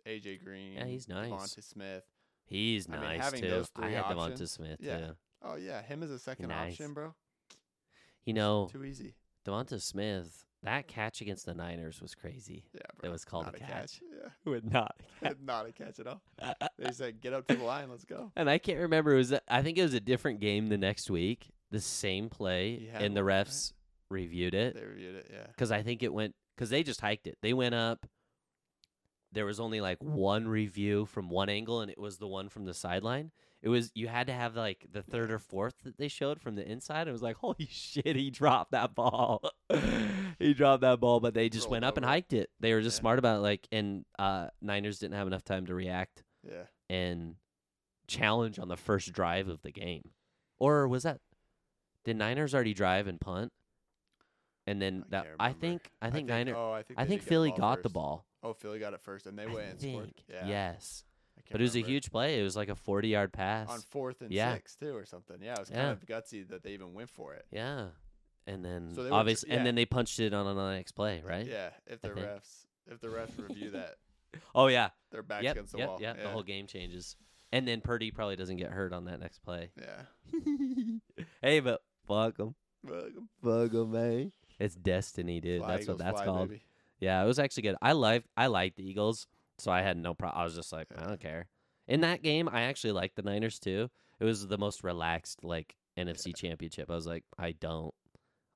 B: AJ Green,
A: he's nice.
B: Devonta Smith.
A: He's
B: I mean,
A: nice
B: having
A: too.
B: those
A: I
B: three
A: had Devonta
B: options-
A: Smith
B: yeah.
A: too.
B: Oh yeah, him as a second
A: Nice.
B: option, bro.
A: You know,
B: Too easy.
A: Devonta Smith. That catch against the Niners was crazy.
B: Yeah, bro.
A: That was called
B: not
A: a
B: a catch.
A: Would not.
B: Yeah, not a catch at all. They said, "Get up to the line, let's go."
A: And I can't remember. It was I think it was a different game the next week. The same play,
B: He had
A: and the
B: one, right?
A: refs reviewed it
B: They reviewed it. Yeah,
A: because I think it went because they just hiked it. They went up. There was only like one review from one angle, and it was the one from the sideline. It was you had to have like the third or fourth that they showed from the inside. It was like holy shit, he dropped that ball. he dropped that ball, but they just
B: Rolled
A: went up and
B: over it.
A: hiked it. They were just
B: Yeah.
A: smart about it, like, and uh, Niners didn't have enough time to react
B: yeah.
A: and challenge on the first drive of the game. Or was that did Niners already drive and punt? And then
B: I
A: that
B: can't
A: I
B: remember.
A: think I think Niner
B: Oh, I think
A: I
B: they
A: think
B: did get
A: Philly got the
B: first.
A: ball.
B: Oh, Philly got it first, and they
A: I
B: went and scored.
A: think.
B: Yeah,
A: Yes.
B: I can't
A: But it was a
B: remember.
A: huge play. It was like a 40-yard pass.
B: on fourth and
A: Yeah.
B: six too, or something. Yeah, it was
A: Yeah.
B: kind of gutsy that they even went for it.
A: yeah. And then
B: So they were tr-
A: obviously
B: yeah.
A: and then they punched it on on the next play, right?
B: Yeah, if
A: I
B: the
A: think.
B: refs, if the refs review that,
A: Oh yeah.
B: their backs
A: yep.
B: against the
A: yep.
B: wall.
A: yep.
B: yeah,
A: The whole game changes. And then Purdy probably doesn't get hurt on that next play.
B: yeah.
A: hey, but fuck 'em.
B: Welcome.
A: Fuck 'em, eh? man. It's destiny, dude.
B: Fly,
A: that's
B: Eagles,
A: what that's
B: fly,
A: called.
B: baby.
A: Yeah, it was actually good. I liked I liked the Eagles, so I had no problem. I was just like, I
B: Yeah.
A: don't care. In that game, I actually liked the Niners too. It was the most relaxed like NFC Championship. I was like, I don't.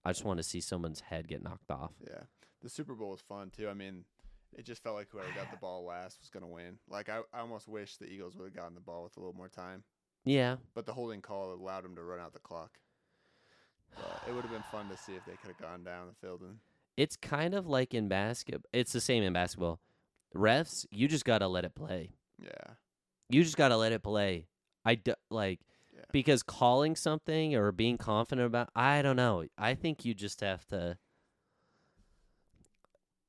A: I just want to see someone's head get knocked off.
B: Yeah, the Super Bowl was fun too. I mean, it just felt like whoever got the ball last was gonna win. Like I, I almost wish the Eagles would have gotten the ball with a little more time,
A: Yeah,
B: but the holding call allowed them to run out the clock. But it would have been fun to see if they could have gone down the field and
A: it's kind of like in basketball. It's the same in basketball. Refs, you just gotta let it play.
B: yeah,
A: You just got to let it play. I d- like
B: Yeah.
A: because calling something or being confident about I don't know. I think you just have to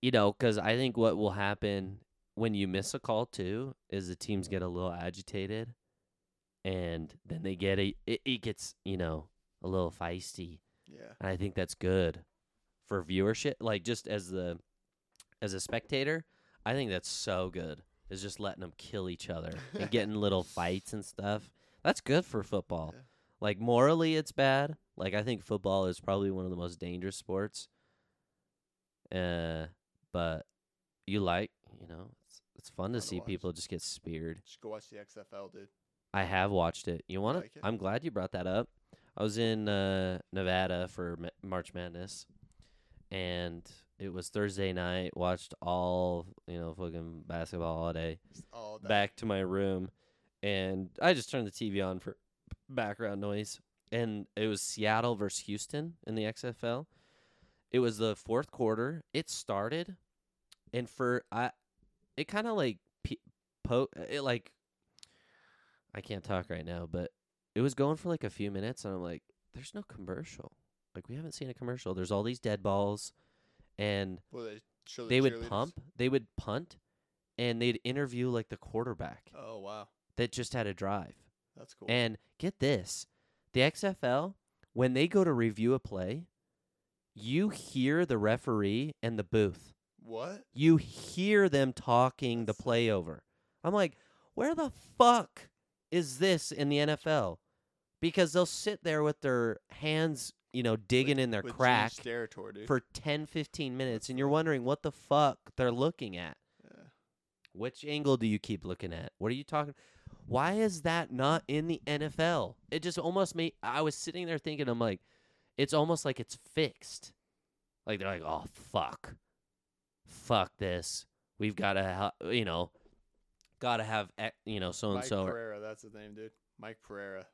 A: you know, cuz I think what will happen when you miss a call too is the teams get a little agitated and then they get a it, it gets, you know, a little feisty.
B: Yeah.
A: And I think that's good for viewership. Like just as the as a spectator, I think that's so good. Is just letting them kill each other and getting little fights and stuff. That's good for football.
B: Yeah.
A: Like morally, it's bad. Like I think football is probably one of the most dangerous sports. Uh, but you like, you know, it's it's fun to
B: Fun to
A: see
B: watch.
A: people just get speared.
B: Just go watch the XFL, dude.
A: I have watched it. You want
B: like it?
A: to? I'm glad you brought that up. I was in uh, Nevada for Ma- March Madness, and it was Thursday night. Watched all you know, fucking basketball all day.
B: Just all day.
A: Back to my room, and I just turned the TV on for background noise. And it was Seattle versus Houston in the XFL. It was the fourth quarter. It started, and for I, it kind of like pe- po- it like I can't talk right now, but it was going for like a few minutes, and I'm like, there's no commercial. Like we haven't seen a commercial. There's all these dead balls, and
B: Well, they show the
A: they would
B: cheerleaders?
A: pump, they would punt, and they'd interview like the quarterback
B: Oh wow,
A: that just had a drive.
B: that's cool.
A: And get this the XFL, when they go to review a play, you hear the referee and the booth.
B: what?
A: You hear them talking
B: That's
A: the play over. I'm like, where the fuck is this in the NFL? Because they'll sit there with their hands, you know, digging in their
B: With Gene
A: crack
B: Steratore, dude.
A: for 10, 15 minutes, and you're wondering what the fuck they're looking at.
B: yeah.
A: Which angle do you keep looking at? What are you talking? Why is that not in the NFL? It just almost made. I was sitting there thinking, I'm like, it's almost like it's fixed. Like they're like, oh fuck, fuck this. We've got to, you know, got to have, eh, you know, so and
B: Mike
A: so.
B: Pereira, that's his name, dude. Mike Pereira.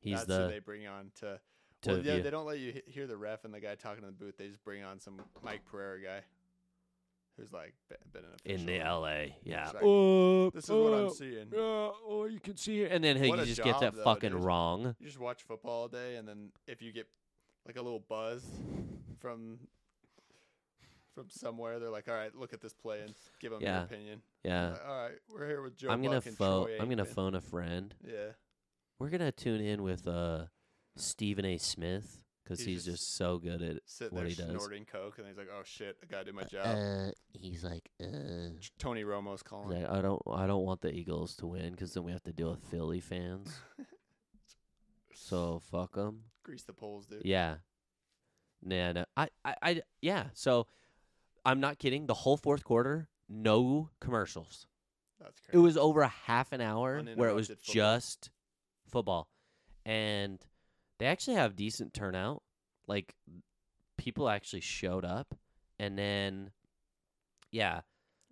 A: He's
B: that's who
A: the
B: they bring on to.
A: to
B: well, yeah,
A: view.
B: they don't let you he- hear the ref and the guy talking in the booth. They just bring on some Mike Pereira guy, who's like be- been an official.
A: in the LA. Yeah.
B: like,
A: Uh,
B: This is what
A: Oh.
B: I'm seeing. You
A: or oh, you can see here, and then he
B: What a
A: just gets
B: job,
A: that
B: though,
A: fucking
B: dude.
A: wrong.
B: just watch football all day, and then if you get like a little buzz from from somewhere, they're like, "All right, look at this play and give them your
A: Yeah.
B: opinion."
A: Yeah,
B: Like, all right, we're here with Joe.
A: I'm gonna
B: Buck and
A: phone.
B: Uh, Troy
A: I'm gonna
B: Aikman."
A: phone a friend.
B: Yeah.
A: We're gonna tune in with uh Stephen A. Smith because
B: He's
A: he's,
B: just-
A: just so good at.
B: sitting
A: what
B: there
A: he does.
B: snorting coke, and he's like, "Oh shit, I gotta do my job."
A: Uh, he's like, uh, he's
B: Ch- Tony Romo's calling.
A: like, I don't, I don't want the Eagles to win because then we have to deal with Philly fans. so fuck them.
B: Grease the poles, dude.
A: Yeah. Nah, no, I, I, I, yeah. So I'm not kidding. The whole fourth quarter, no commercials.
B: That's crazy.
A: It was over a half an hour where it was
B: Uninterrupted football.
A: just football. And they actually have decent turnout. Like people actually showed up and then yeah,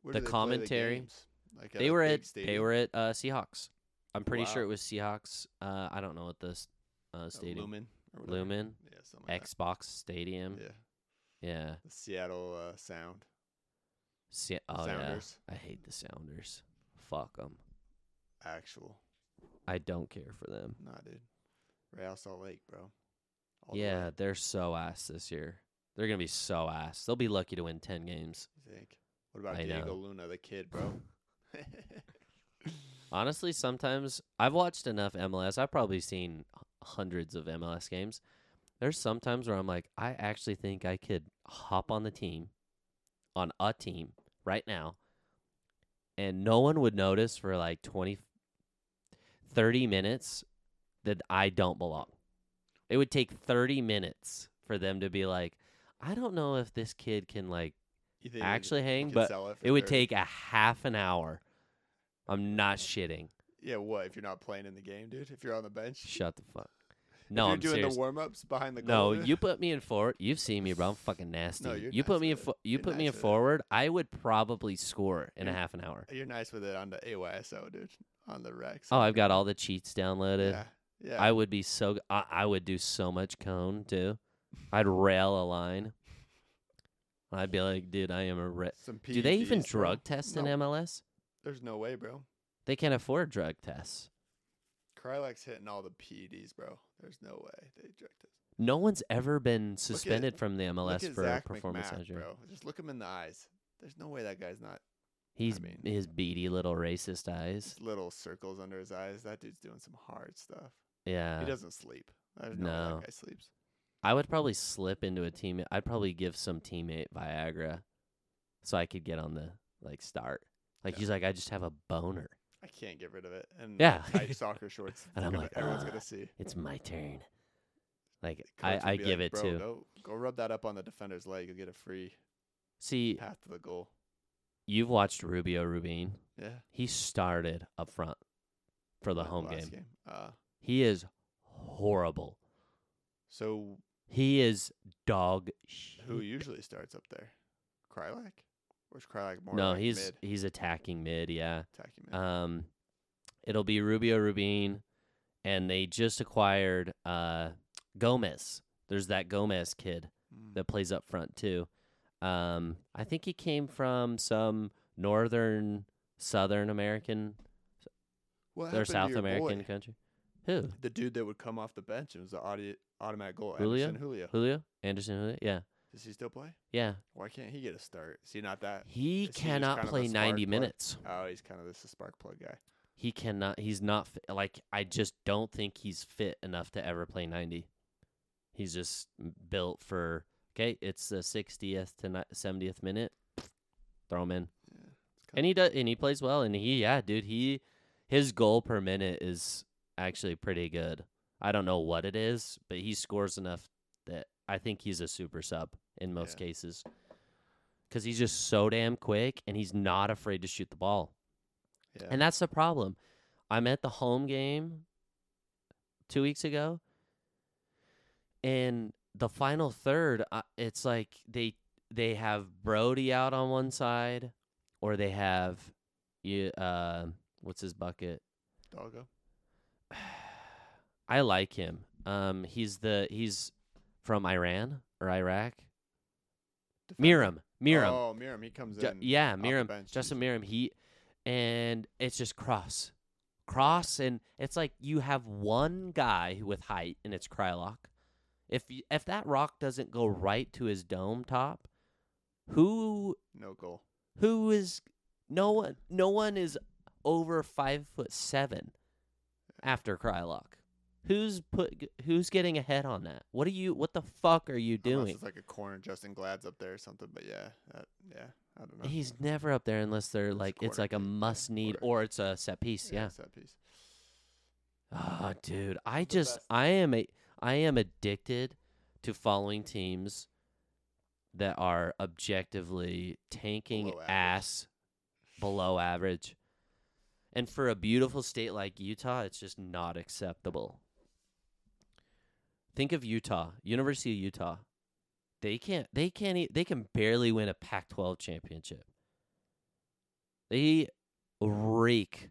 B: Where
A: the
B: do they play
A: commentary-
B: games? like
A: they
B: a
A: were
B: big
A: at they
B: stadium?
A: were at uh Seahawks. I'm pretty sure
B: Wow.
A: it was Seahawks. Uh I don't know what this uh
B: Uh,
A: stadium
B: Lumen. Or whatever.
A: Lumen,
B: Yeah, something like
A: Xbox
B: that.
A: Stadium.
B: Yeah,
A: Yeah.
B: the Seattle uh, Sound.
A: Se- oh
B: Sounders.
A: yeah. I hate the Sounders. Fuck 'em.
B: Actual,
A: I don't care for them.
B: nah, dude. Real Salt Lake, bro. All the way,
A: yeah, they're so ass this year. They're gonna be so ass. They'll be lucky to win ten games.
B: you think? What about
A: I
B: Diego
A: know.
B: Luna, the kid, bro?
A: Honestly, sometimes I've watched enough MLS. I've probably seen h- hundreds of MLS games. There's sometimes where I'm like, I actually think I could hop on the team, on a team right now, and no one would notice for like 20, 30 minutes that I don't belong. It would take 30 minutes for them to be like, I don't know if this kid can like
B: You think
A: actually
B: you
A: hang,
B: could
A: but
B: sell it, for
A: it would
B: 30?
A: take a half an hour. I'm not shitting.
B: Yeah, what if you're not playing in the game, dude? If you're on the bench,
A: Shut the fuck.
B: if
A: No,
B: you're
A: I'm
B: doing
A: serious.
B: the warm ups behind the
A: no,
B: goal. dude.
A: you put me in forward. You've seen me, bro. I'm fucking nasty.
B: you're
A: you put
B: nice
A: me in.
B: with it.
A: Fo- you
B: You're
A: put me in
B: nice with it.
A: forward. I would probably score in a
B: You're-
A: half an hour.
B: You're nice with it on the AYSO, dude. On the Rex.
A: Oh, I've got all the cheats downloaded.
B: yeah. Yeah.
A: I would be so. g- I, I would do so much cone too. I'd rail a line. I'd be like, dude, I am a. Re-
B: Some
A: do they even
B: PEDs, bro.
A: drug test in
B: No.
A: MLS?
B: There's no way, bro.
A: They can't afford drug tests.
B: Krylak's hitting all the PEDs, bro. There's no way they drug test.
A: No one's ever been suspended from the
B: Mm. Look
A: MLS
B: at
A: for
B: Zach
A: performance
B: McMath,
A: measure.
B: bro. Just look him in the eyes. There's no way that guy's not
A: He's
B: mean-
A: his beady little racist eyes.
B: just little circles under his eyes. That dude's doing some hard stuff.
A: Yeah.
B: he doesn't sleep. There's no, way
A: Uh, no.
B: that guy sleeps.
A: I would probably slip into a team. I'd probably give some teammate Viagra, so I could get on the like start. Like
B: Yeah.
A: he's like, I just have a boner.
B: I can't get rid of it. And my
A: Yeah.
B: tight soccer shorts.
A: And I'm
B: gonna-
A: like,
B: everyone's
A: "Ah."
B: gonna see.
A: It's my turn. Like
B: The coach
A: I, I
B: would be
A: give
B: like,
A: it
B: "Bro,
A: to.
B: no, go rub that up on the defender's leg. You'll get a free
A: See,
B: path to the goal.
A: you've watched Rubio Rubin.
B: Yeah.
A: He started up front for the
B: that
A: home game.
B: last Uh,
A: He is horrible.
B: so
A: He is dog shit.
B: who usually starts up there? Krylak? Where's Krylak more?
A: no,
B: like
A: he's
B: mid,
A: he's attacking mid. Yeah.
B: attacking mid.
A: Um, it'll be Rubio Rubin, and they just acquired uh Gomez. There's that Gomez kid
B: Mm.
A: that plays up front too. Um, I think he came from some northern, southern American or
B: What happened to
A: South
B: your
A: American
B: boy?
A: country. Who?
B: The dude that would come off the bench and was the audi- automatic goal.
A: Julio?
B: Anderson Julio.
A: Julio Anderson. Julio? Yeah,
B: Does he still play?
A: yeah.
B: Why can't he get a start? Is he not that?
A: He
B: Uh, Is he just
A: cannot
B: kind of a
A: play ninety
B: spark plug?
A: minutes.
B: Oh, he's kind of this spark plug guy.
A: He cannot. He's not fi- like I just don't think he's fit enough to ever play 90. He's just m- built for okay. It's the 60th to ni- 70th minute. Throw him in,
B: Yeah. it's
A: and he does, and he plays well, and he yeah, dude, he his goal per minute is actually pretty good. I don't know what it is, but he scores enough that I think he's a super sub in most
B: Yeah.
A: cases. 'Cause cases. Cause he's just so damn quick, and he's not afraid to shoot the ball.
B: Yeah.
A: And that's the problem. I'm at the home game two weeks ago, and the final third, uh, it's like they they have Brody out on one side, or they have you. Uh, what's his bucket?
B: Doggo.
A: I like him. Um, he's the he's from Iran or Iraq. Miram, Miram.
B: Oh, Miram. He comes
A: Ju-
B: in.
A: yeah,
B: the
A: Miram,
B: bench,
A: Justin
B: he's-
A: Miram. He and it's just cross, cross, and it's like you have one guy who- with height, and it's Krylock. If y- if that rock doesn't go right to his dome top, who
B: No goal.
A: who is no one no one is over five foot seven after Krylock. Who's put who's getting ahead on that? What are you? What the fuck are you
B: Unless
A: doing?
B: it's like a corner. Justin Glad's up there or something. But yeah, that, yeah. I don't know.
A: He's never up there unless they're
B: It's a
A: like it's
B: quarter
A: like a
B: kick, yeah,
A: must need
B: quarter
A: or it's a set piece. Yeah.
B: it's that piece.
A: Ah, dude, I
B: the
A: just
B: best.
A: I am a I am addicted to following teams that are objectively tanking
B: Below average.
A: ass below average. And for a beautiful state like Utah, it's just not acceptable. Think of Utah, University of Utah. They can't they can't e- they can barely win a Pac-12 championship. They reek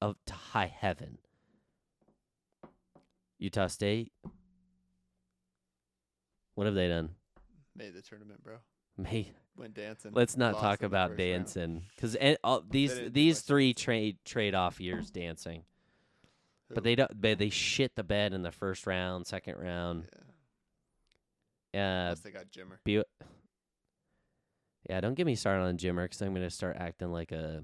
A: of to high heaven. Utah State. What have they done?
B: Made the tournament, bro.
A: May
B: Went dancing.
A: let's not
B: lost
A: talk
B: in the
A: about
B: first round.
A: dancing because all these
B: didn't do
A: these
B: much.
A: three trade trade off years dancing,
B: Who?
A: but they don't. They, they shit the bed in the first round, second round.
B: Yeah.
A: Uh,
B: Unless they got Jimmer.
A: be, yeah, don't get me started on Jimmer because I'm gonna start acting like a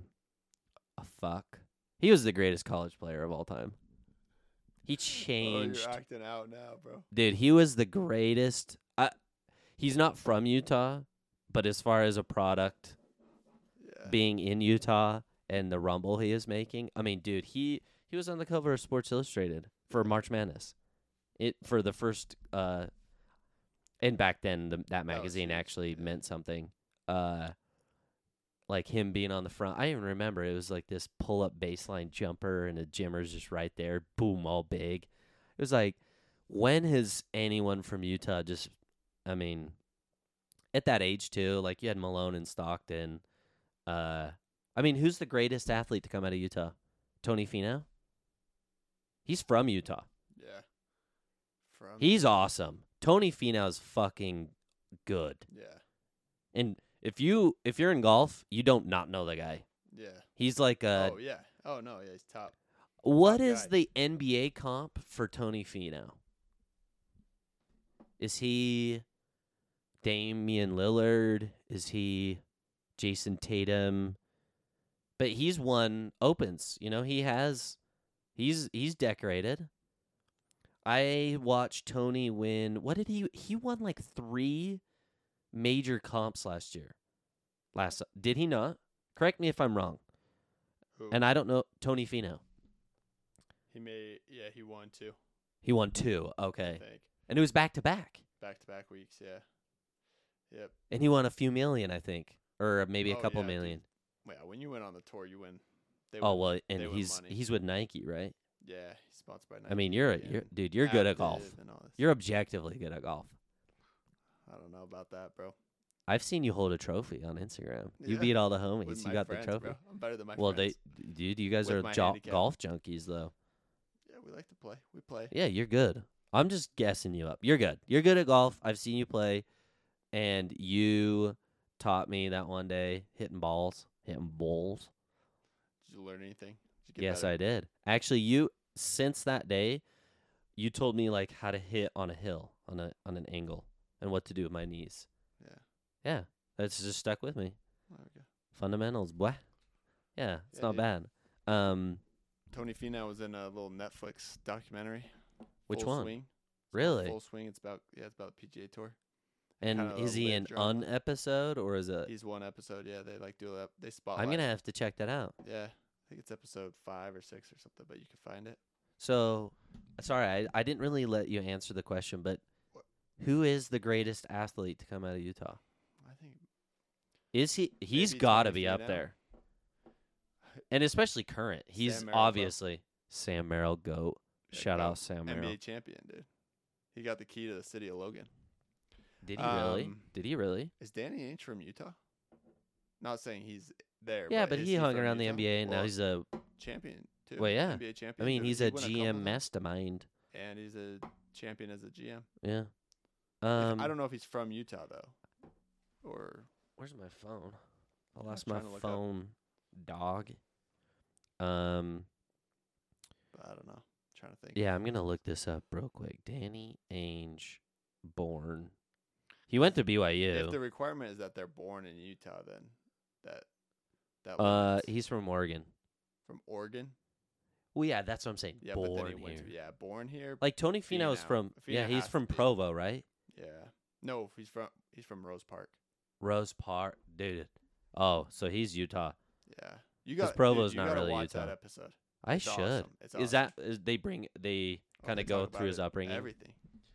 A: a fuck. He was the greatest college player of all time. He changed
B: Oh, you're acting out now, bro.
A: dude he was the greatest I, he's not from utah but as far as a product
B: Yeah.
A: being in utah and the rumble he is making i mean dude he he was on the cover of sports illustrated for march madness it for the first uh and back then the, that magazine
B: Oh, huge,
A: actually
B: yeah.
A: meant something uh like him being on the front i even remember it was like this pull-up baseline jumper and a jimmer's just right there boom all big it was like, when has anyone from Utah just, I mean, at that age too, like you had Malone and Stockton. Uh, I mean, who's the greatest athlete to come out of Utah? Tony Finau. He's from Utah.
B: yeah. From
A: He's awesome. Tony Finau's fucking good.
B: yeah.
A: And if you if you're in golf, you don't not know the guy.
B: Yeah.
A: He's like a
B: oh yeah. Oh no. Yeah, he's top.
A: What
B: Top
A: is
B: guy.
A: the NBA comp for Tony Fino? Is he Damian Lillard? Is he Jason Tatum? But he's won opens, you know, he has he's he's decorated. I watched Tony win what did he he won like three major comps last year. Last did he not? Correct me if I'm wrong.
B: Who
A: And I don't know Tony Fino.
B: he made. Yeah, he won two.
A: He won two.
B: I
A: Okay.
B: think
A: And it was back to back.
B: back to back weeks. Yeah. Yep.
A: And he won a few million, I think. Or maybe a
B: Oh,
A: couple
B: yeah, dude.
A: million.
B: Well, yeah, when you win on the tour, you win. They
A: Oh
B: win.
A: well and
B: they win
A: he's
B: money.
A: he's with Nike, right?
B: Yeah, he's sponsored by. Nike
A: I mean you're a you're,
B: and
A: dude, you're good at golf.
B: Active and all this.
A: You're objectively good at golf.
B: I don't know about that, bro.
A: I've seen you hold a trophy on Instagram. You
B: Yeah.
A: beat all the
B: With
A: homies. You
B: my
A: got
B: friends,
A: the trophy.
B: Bro. I'm better than my
A: Well,
B: friends.
A: they dude, you guys
B: With
A: are
B: my
A: jo-
B: handicap.
A: golf junkies though.
B: Yeah, we like to play. We play.
A: Yeah, you're good. I'm just guessing you up. You're good. You're good at golf. I've seen you play and you taught me that one day hitting balls, hitting balls.
B: Did you learn anything? Did you get
A: Yes,
B: better?
A: I did. Actually, you since that day, you told me like how to hit on a hill, on a on an angle, and what to do with my knees.
B: Yeah.
A: Yeah, that's just stuck with me.
B: There we go.
A: Fundamentals, boy. Yeah, it's
B: Yeah,
A: not bad. Um,
B: Tony Finau was in a little Netflix documentary.
A: which
B: Full
A: one?
B: Swing. It's called
A: Really?
B: Full Swing. It's about yeah, it's about the PGA Tour.
A: and
B: kinda
A: is
B: a
A: he
B: lit
A: an
B: drama.
A: un episode or is it?
B: He's one episode. Yeah, they like do that. They spotlight.
A: Uh, I'm gonna have to check that out.
B: Yeah, I think it's episode five or six or something, but you can find it.
A: So, sorry, I, I didn't really let you answer the question, but who is the greatest athlete to come out of Utah?
B: I think
A: Is he? He's
B: Maybe
A: got to
B: 20
A: be
B: feet
A: up
B: out.
A: there. And especially current, he's
B: Merrill, bro.
A: obviously Sam Merrill goat.
B: Yeah,
A: Shout
B: goat.
A: out Sam
B: NBA
A: Merrill.
B: champion, dude. He got the key to the city of Logan.
A: Did he really?
B: Um,
A: Did he really?
B: Is Danny Ainge from Utah? Not saying he's there.
A: Yeah, but
B: is
A: he hung
B: from
A: around
B: Utah?
A: the NBA, and now
B: Well,
A: he's a.
B: champion too.
A: Well, yeah.
B: NBA
A: I
B: champion.
A: mean,
B: dude.
A: he's
B: He
A: a
B: won couple
A: GM
B: times,
A: mastermind.
B: and he's a champion as a GM.
A: Yeah.
B: If-
A: Um,
B: I don't know if he's from Utah though, or
A: Where's my phone? I
B: I'm
A: lost my
B: trying to look up.
A: phone, dog. Um.
B: but I don't know. trying to think.
A: Yeah, I'm gonna look this up real quick. Danny Ainge, born. He went to
B: If
A: BYU.
B: the requirement is that they're born in Utah, then that that
A: Uh,
B: limits.
A: he's from Oregon.
B: from Oregon.
A: Well, yeah, that's what I'm saying.
B: Yeah,
A: born
B: but then he went
A: here.
B: to yeah, born here.
A: Like Tony Fino is
B: Finau.
A: from yeah,
B: Finau
A: he's
B: has to
A: from
B: be.
A: Provo, right?
B: yeah, no, he's from he's from Rose Park.
A: Rose Park, dude. Oh, so he's Utah.
B: Yeah, you
A: Because
B: got
A: Provo's
B: dude, you
A: not
B: gotta
A: really
B: watch That
A: Utah.
B: episode.
A: I
B: It's
A: should.
B: awesome. It's
A: Is that is they bring they
B: Oh,
A: kind
B: they
A: of go
B: talk about
A: through his
B: it,
A: upbringing?
B: Everything.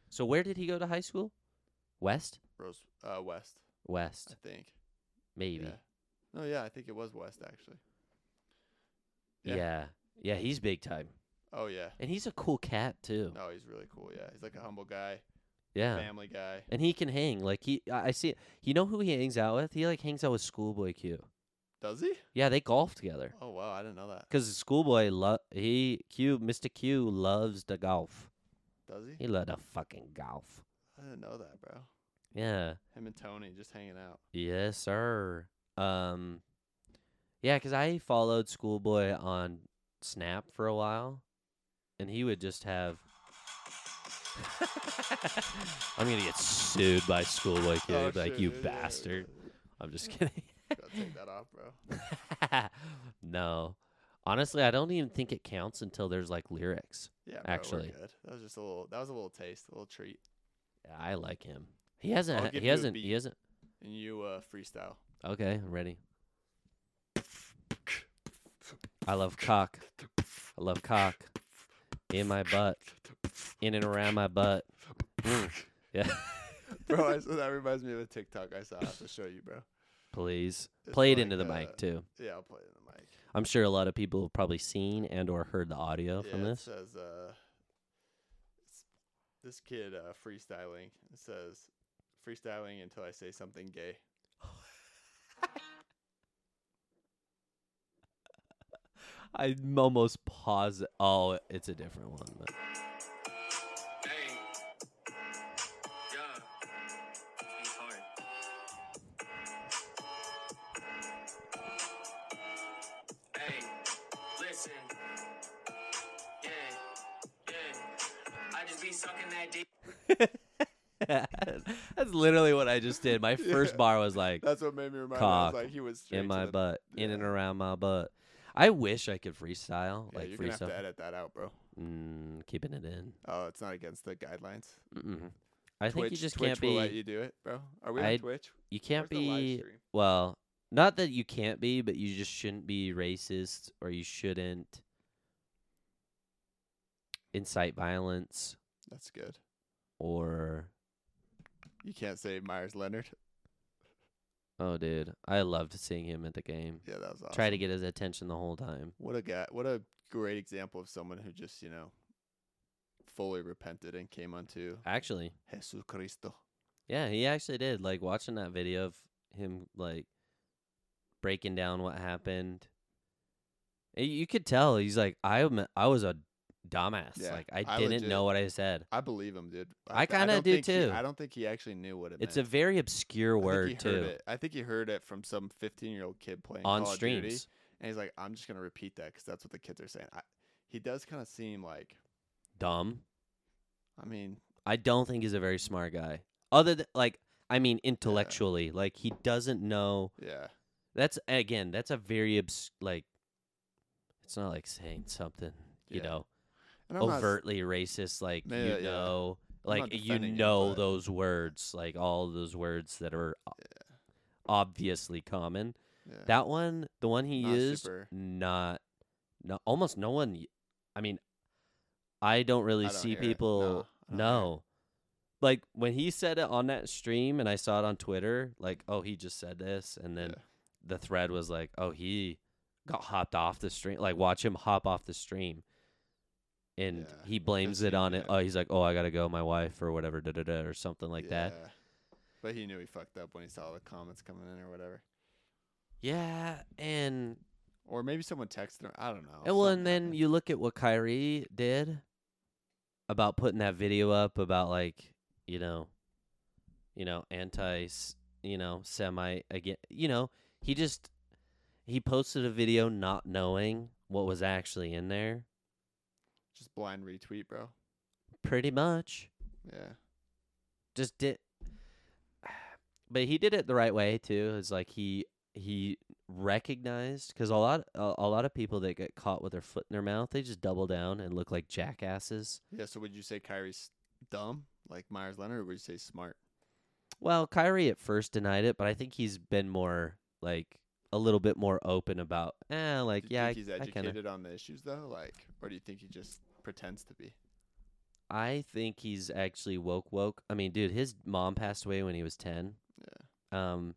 A: So where did he go to high school? West,
B: Rose uh, West, I
A: West,
B: think.
A: maybe.
B: Uh, Yeah. No, yeah, I think it was West actually.
A: Yeah.
B: Yeah.
A: yeah, he's big time,
B: Oh yeah.
A: and he's a cool cat too.
B: No, he's really cool. Yeah, he's like a humble guy,
A: yeah,
B: family guy.
A: and he can hang. Like he, I I see. it. You know who he hangs out with? He like hangs out with Schoolboy Q.
B: Does he?
A: Yeah, they golf together.
B: Oh wow, I didn't know that.
A: Cause Schoolboy, lo- he Q, Mister Q loves to golf.
B: Does he?
A: He loved to fucking golf.
B: I didn't know that, bro.
A: Yeah.
B: Him and Tony just hanging out.
A: Yes, sir. Um, yeah, 'cause I followed Schoolboy on Snap for a while, and he would just have. I'm gonna get sued by Schoolboy Kid,
B: Oh,
A: like
B: shit,
A: you
B: yeah, yeah, yeah,
A: bastard. I'm just kidding.
B: yeah. Gotta take that off, bro.
A: no, honestly, I don't even think it counts until there's like lyrics.
B: Yeah, bro, we're
A: Actually.
B: good. that was just a little. That was a little taste, a little treat,
A: I like him. He hasn't.
B: I'll
A: ha-
B: give
A: He
B: you a
A: hasn't. He
B: beat.
A: hasn't.
B: and you uh, freestyle.
A: Okay, I'm ready. I love cock. I love cock. In my butt. In and around my butt. Mm. Yeah.
B: bro, I, so that reminds me of a TikTok I saw. I have to show you, bro.
A: Please.
B: It's
A: Play it
B: like,
A: into the
B: uh,
A: mic too.
B: Yeah, I'll play it in the mic.
A: I'm sure a lot of people have probably seen and or heard the audio from
B: Yeah,
A: this.
B: It says, uh, it's this kid uh, freestyling. It says, freestyling until I say something gay.
A: I'm almost pause oh it's a different one, but
C: Hey. Yeah. He's hard. sucking that dick.
A: That's literally what I just did. My first
B: Yeah.
A: bar was like
B: That's what made me remind.
A: Cock
B: me. I was like, he was straight
A: in
B: to
A: my
B: the-
A: butt, in
B: yeah.
A: and around my butt. I wish I could freestyle,
B: Yeah,
A: like
B: you're gonna have to
A: freestyle.
B: edit that out, bro.
A: Mm, keeping it in.
B: Oh, it's not against the guidelines.
A: Mm-mm. I think
B: Mm-hmm. Twitch,
A: you just
B: Twitch
A: can't
B: will let
A: be.
B: you do it, bro. Are we on
A: I
B: Twitch?
A: You can't
B: Where's the live
A: be.
B: stream?
A: Well, not that you can't be, but you just shouldn't be racist or you shouldn't incite violence
B: That's good.
A: or.
B: You can't say Myers Leonard.
A: Oh, dude, I loved seeing him at the game.
B: Yeah, that was awesome.
A: Try to get his attention the whole time.
B: What a guy! What a great example of someone who just you know fully repented and came unto
A: Actually,
B: Jesus Cristo.
A: yeah, he actually did. Like watching that video of him like breaking down what happened. y- You could tell he's like I am- I was a dumbass.
B: Yeah,
A: like I
B: I
A: didn't
B: legit-
A: know what I said.
B: I believe him, dude.
A: I
B: th-
A: kinda
B: don't
A: do
B: think he-
A: too.
B: I don't think he actually knew what it
A: It's a
B: meant.
A: very obscure
B: I
A: word
B: think he heard
A: too
B: It. I think he heard it from some 15 year old kid playing
A: on
B: Call of Duty,
A: streams.
B: and he's like, "I'm just gonna repeat that because that's what the kids are saying." I, he does kind of seem like,
A: Dumb.
B: I mean,
A: I don't think he's a very smart guy. Other than like I mean intellectually, like he doesn't know
B: yeah,
A: That's again, that's a very obs- like it's not like saying something, you
B: Yeah.
A: know,
B: and I'm not s-
A: overtly racist like
B: Yeah,
A: you
B: yeah.
A: know
B: I'm not
A: like you
B: defending him,
A: know
B: but-
A: those words, like all those words that are o- obviously common.
B: yeah.
A: That one, the one he
B: Not
A: used
B: super-
A: not no almost no one y- I mean I don't really
B: I don't
A: see
B: hear it. No,
A: people
B: I don't hear it.
A: no. Like when he said it on that stream and I saw it on Twitter, like, oh, he just said this and then
B: Yeah.
A: the thread was like, "Oh, he got hopped off the stream. Like, watch him hop off the stream." And
B: Yeah,
A: he blames
B: he-
A: it on it.
B: yeah.
A: Oh, he's like, "Oh, I gotta go, my wife or whatever, da da da, or something like that."
B: Yeah. But he knew he fucked up when he saw the comments coming in or whatever.
A: Yeah, and
B: Or maybe someone texted him. I don't know.
A: and well,
B: something
A: and then
B: happened.
A: you look at what Kyrie did about putting that video up about like you know, you know, anti, s- you know, semi again. You know, he just he posted a video not knowing what was actually in there.
B: just blind retweet, bro.
A: pretty much
B: Yeah.
A: just did but he did it the right way too it's like he he recognized because a lot a, a lot of people that get caught with their foot in their mouth they just double down and look like jackasses
B: Yeah. So would you say Kyrie's dumb, like Myers Leonard, or would you say smart?
A: well Kyrie at first denied it but I think he's been more like a little bit more open about eh like
B: do you
A: yeah
B: think he's
A: I, I kind of
B: educated on the issues though, like, or do you think he just pretends to be?
A: I think he's actually woke woke. I mean, dude, his mom passed away when he was 10. Yeah. Um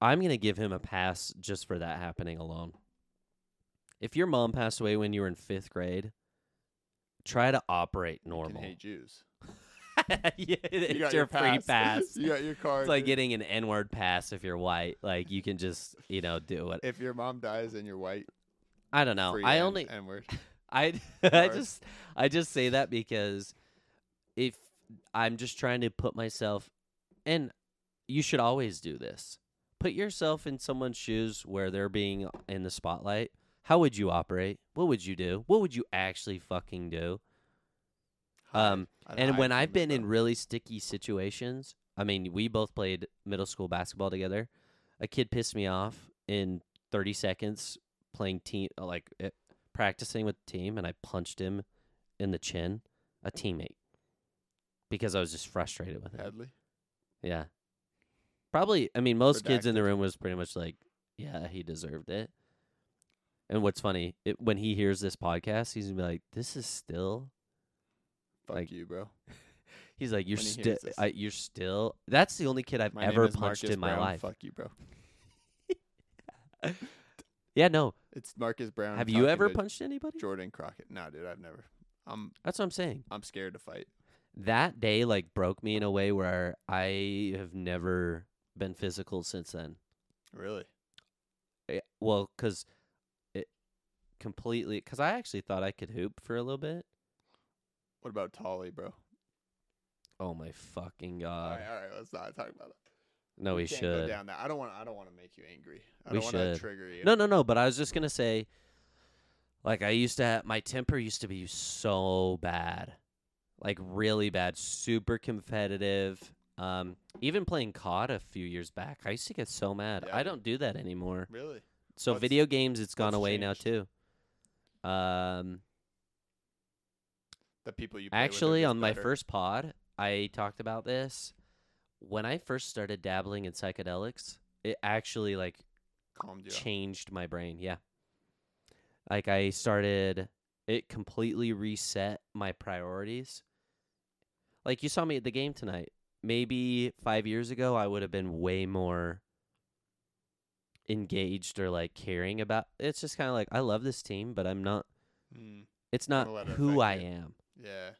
A: I'm going to give him a pass just for that happening alone. If your mom passed away when you were in 5th grade, try to operate normal.
B: Can hate Jews.
A: yeah, it's
B: You got
A: your, free
B: pass.
A: pass.
B: you got your card.
A: it's like
B: dude.
A: getting an N-word pass if you're white. Like you can just, you know, do it.
B: if your mom dies and you're white,
A: I don't know.
B: free
A: I
B: N-
A: only
B: N-word.
A: I I
B: Or-
A: just I just say that because if I'm just trying to put myself and you should always do this. Put yourself in someone's shoes where they're being in the spotlight. How would you operate? What would you do? What would you actually fucking do?
B: Hide.
A: Um,
B: I'd
A: And
B: hide
A: when
B: from
A: I've
B: it,
A: been
B: bro.
A: in really sticky situations, I mean, we both played middle school basketball together. A kid pissed me off in 30 seconds playing team, uh, like uh, practicing with the team, and I punched him in the chin, a teammate, because I was just frustrated with him.
B: Hadley,
A: Yeah. Probably, I mean, most kids in the room was pretty much like, yeah, he deserved it. And what's funny, it, when he hears this podcast, he's gonna be like, "This is still
B: fuck
A: like-
B: you, bro.
A: He's like, you're
B: when he
A: still,
B: hears this.
A: you're still. That's the only kid I've
B: My name
A: ever
B: is
A: punched
B: Marcus
A: in my
B: Brown.
A: life.
B: Fuck you, bro.
A: Yeah, no.
B: It's Marcus Brown.
A: Have you
B: talking
A: ever
B: to
A: punched anybody?
B: Jordan Crockett? No, dude, I've never. I'm
A: That's what I'm saying.
B: I'm scared to fight.
A: That day like broke me in a way where I have never been physical since then.
B: Really?
A: I- Well, because it completely. Because I actually thought I could hoop for a little bit.
B: What about Tolly, bro?
A: Oh my fucking
B: all
A: god!
B: right, all right, let's not talk about it.
A: Uh, no, we,
B: can't
A: should.
B: go down that. I don't want. I don't want to make you angry. I
A: We
B: don't want
A: should.
B: to trigger you.
A: No, no, no. But I was just gonna say, like, I used to have my temper used to be so bad, like really bad, super competitive. Um, even playing COD a few years back, I used to get so mad.
B: Yeah,
A: I
B: dude.
A: don't do that anymore.
B: Really?
A: So
B: What's-
A: video games, it's gone
B: what's
A: away now
B: changed?
A: too. Um,
B: The people you play with are
A: Actually,
B: just
A: on my
B: better.
A: first pod, I talked about this. When I first started dabbling in psychedelics, it actually like
B: calmed you. Down.
A: changed my brain. Yeah. Like I started it completely reset my priorities. Like you saw me at the game tonight. Maybe 5 years ago I would have been way more engaged or like caring about. It's just kind of like I love this team, but I'm not
B: Mm,
A: it's
B: Gonna
A: not
B: let it
A: who I
B: affect you.
A: am.
B: yeah.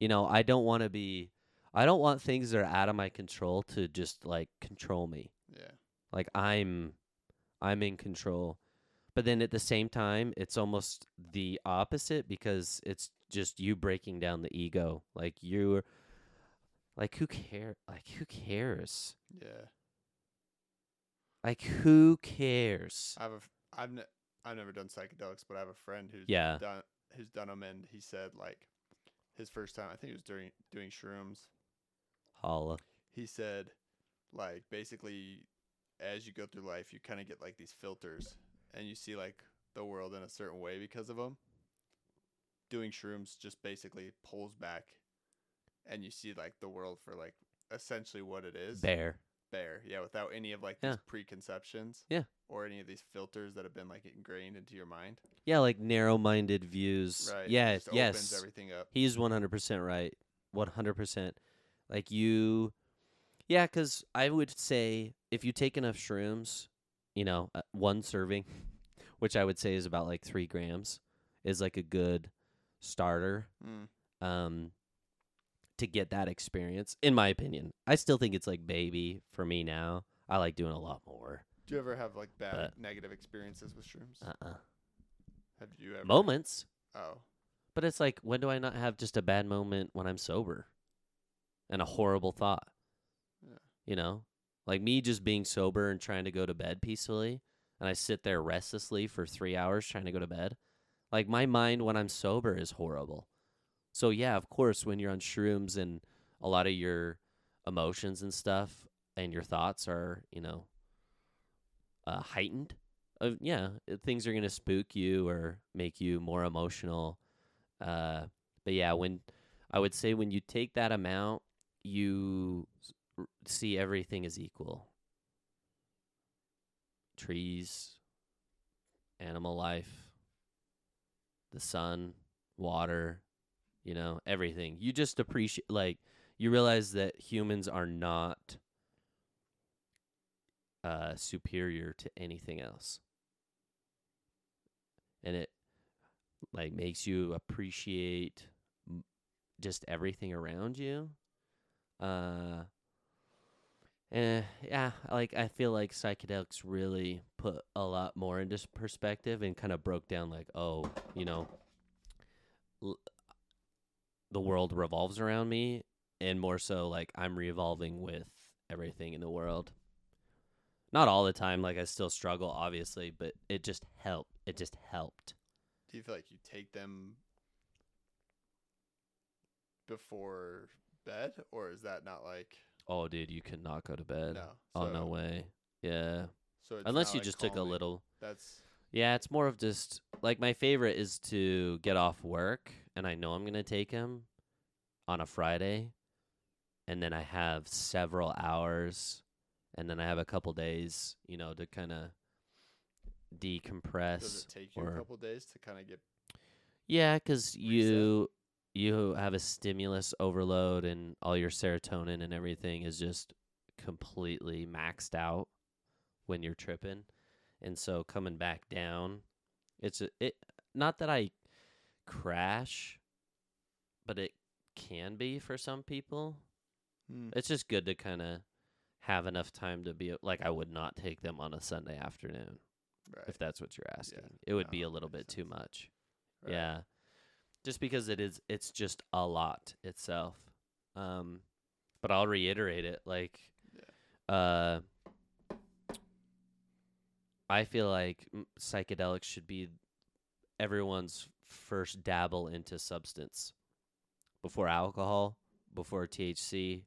A: You know, I don't want to be I don't want things that are out of my control to just like control me.
B: Yeah.
A: Like I'm I'm in control. But then at the same time, it's almost the opposite because it's just you breaking down the ego. Like you're like who care like who cares?
B: Yeah.
A: Like who cares?
B: I have a. f- I've ne- I've never done psychedelics, but I have a friend who's
A: Yeah.
B: done who's done them, and he said like his first time. I think it was during doing shrooms.
A: Holla.
B: He said like basically as you go through life, you kind of get like these filters, and you see like the world in a certain way because of them. Doing shrooms just basically pulls back, and you see like the world for like essentially what it is
A: Bear.
B: there. Yeah, without any of like
A: Yeah.
B: these preconceptions.
A: Yeah.
B: Or any of these filters that have been like ingrained into your mind.
A: Yeah, like narrow minded views.
B: Right.
A: Yeah,
B: it just Opens
A: yes.
B: everything up.
A: He's 100% right. 100%. Like you Yeah, cuz I would say if you take enough shrooms, you know, uh, one serving, which I would say is about like 3 grams, is like a good starter
B: Mm.
A: um to get that experience in my opinion. I still think it's like baby for me now. I like doing a lot more.
B: Do you ever have like bad
A: But-
B: negative experiences with shrooms?
A: Uh-uh.
B: have you ever?
A: Moments,
B: Oh,
A: but it's like when do I not have just a bad moment when I'm sober? And a horrible thought.
B: yeah.
A: you know like me just being sober and trying to go to bed peacefully and i sit there restlessly for three hours trying to go to bed like my mind when i'm sober is horrible so yeah of course when you're on shrooms and a lot of your emotions and stuff and your thoughts are you know uh, heightened uh, yeah uh, things are going to spook you or make you more emotional uh, but yeah when i would say when you take that amount you r- see everything as equal trees, animal life, the sun, water, you know, everything. You just appreciate, like, you realize that humans are not uh, superior to anything else. And it, like, makes you appreciate m- just everything around you. Uh, Eh, yeah, like I feel like psychedelics really put a lot more into s- perspective and kind of broke down like, oh, you know, l- the world revolves around me, and more so like I'm revolving with everything in the world. Not all the time, like I still struggle, obviously, but it just helped. It just helped.
B: Do you feel like you take them before bed, or is that not like?
A: Oh, dude, you could not go to bed.
B: No.
A: oh no
B: So-
A: way. Yeah,
B: So it's
A: unless
B: not,
A: you
B: like,
A: just took a
B: calming.
A: little.
B: That's
A: Yeah, it's more of just like my favorite is to get off work and I know I'm going to take him on a Friday and then I have several hours and then I have a couple days, you know, to kind of
B: does
A: decompress.
B: it take you
A: or-
B: a couple days to kind of get?
A: Yeah, 'cause you you have a stimulus overload and all your serotonin and everything is just completely maxed out when you're tripping, and so coming back down, it's a, it. Not that I crash, but it can be for some people.
B: Mm.
A: It's just good to kind of have enough time to be like I would not take them on a Sunday afternoon
B: Right.
A: if that's what you're asking. it
B: no,
A: would be a
B: that
A: little bit
B: makes
A: too
B: sense.
A: much.
B: right.
A: Yeah. Just because it is it's just a lot itself. Um but I'll reiterate it like uh I feel like m- psychedelics should be everyone's first dabble into substance before alcohol, before THC,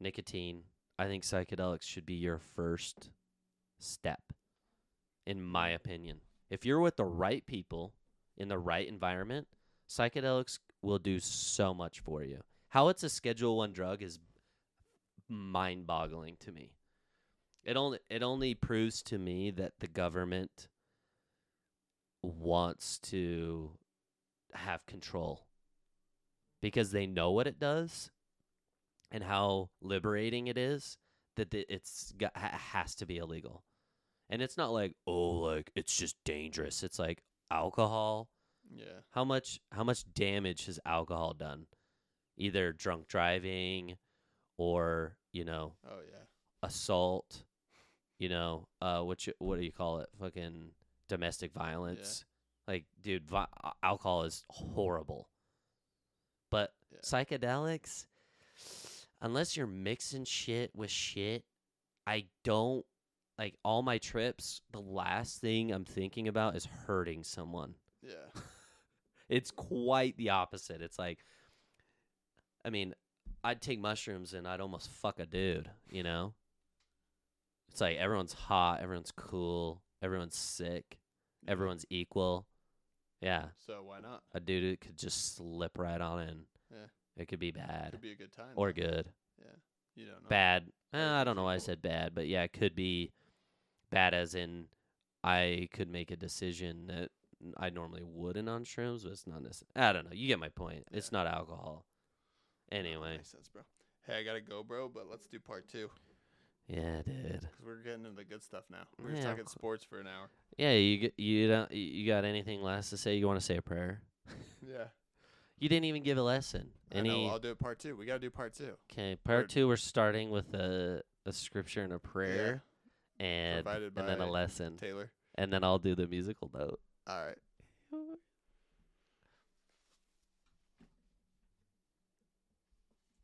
A: nicotine. I think psychedelics should be your first step, in my opinion. If you're with the right people in the right environment, psychedelics will do so much for you. How it's a Schedule One drug is mind-boggling to me. It only it only proves to me that the government wants to have control because they know what it does and how liberating it is that the- it's got, ha- has to be illegal. And it's not like, oh, like it's just dangerous. It's like alcohol.
B: Yeah.
A: How much how much damage has alcohol done? Either drunk driving or, you know,
B: Oh yeah.
A: assault, you know, uh, what you, what do you call it? Fucking domestic violence. Like, dude, vi- a- alcohol is horrible. But
B: Yeah.
A: psychedelics, unless you're mixing shit with shit, I don't like all my trips. The last thing I'm thinking about is hurting someone.
B: Yeah.
A: It's quite the opposite. It's like, I mean, I'd take mushrooms and I'd almost fuck a dude, you know? It's like everyone's hot, everyone's cool, everyone's sick,
B: Yeah.
A: everyone's equal. Yeah,
B: So why not?
A: a dude could just slip right on in.
B: Yeah.
A: It could be bad
B: Could be a good time.
A: or
B: though.
A: good.
B: You don't know.
A: Bad. Eh,
B: Or
A: I don't know why I
B: equal.
A: said bad, but yeah, it could be bad as in I could make a decision that n- I normally wouldn't on shrooms, but it's not necessary. I don't know. You get my point. It's not alcohol.
B: No, that
A: Anyway.
B: makes sense, bro. Hey, I gotta go, bro. But let's do part two
A: Yeah, dude.
B: because we're getting into the good stuff now. We We're just
A: Yeah, of
B: talking
A: cour-
B: sports for an hour.
A: Yeah, you g- you don't y- you got anything last to say? You want to say a prayer?
B: Yeah.
A: You didn't even give a lesson.
B: I know.
A: Any
B: I'll do it part two. We gotta do part two.
A: Okay,
B: Word.
A: part 2 we're starting with a a scripture and a prayer and
B: provided
A: and then a
B: by
A: lesson.
B: Taylor.
A: And then I'll do the musical note.
B: All right.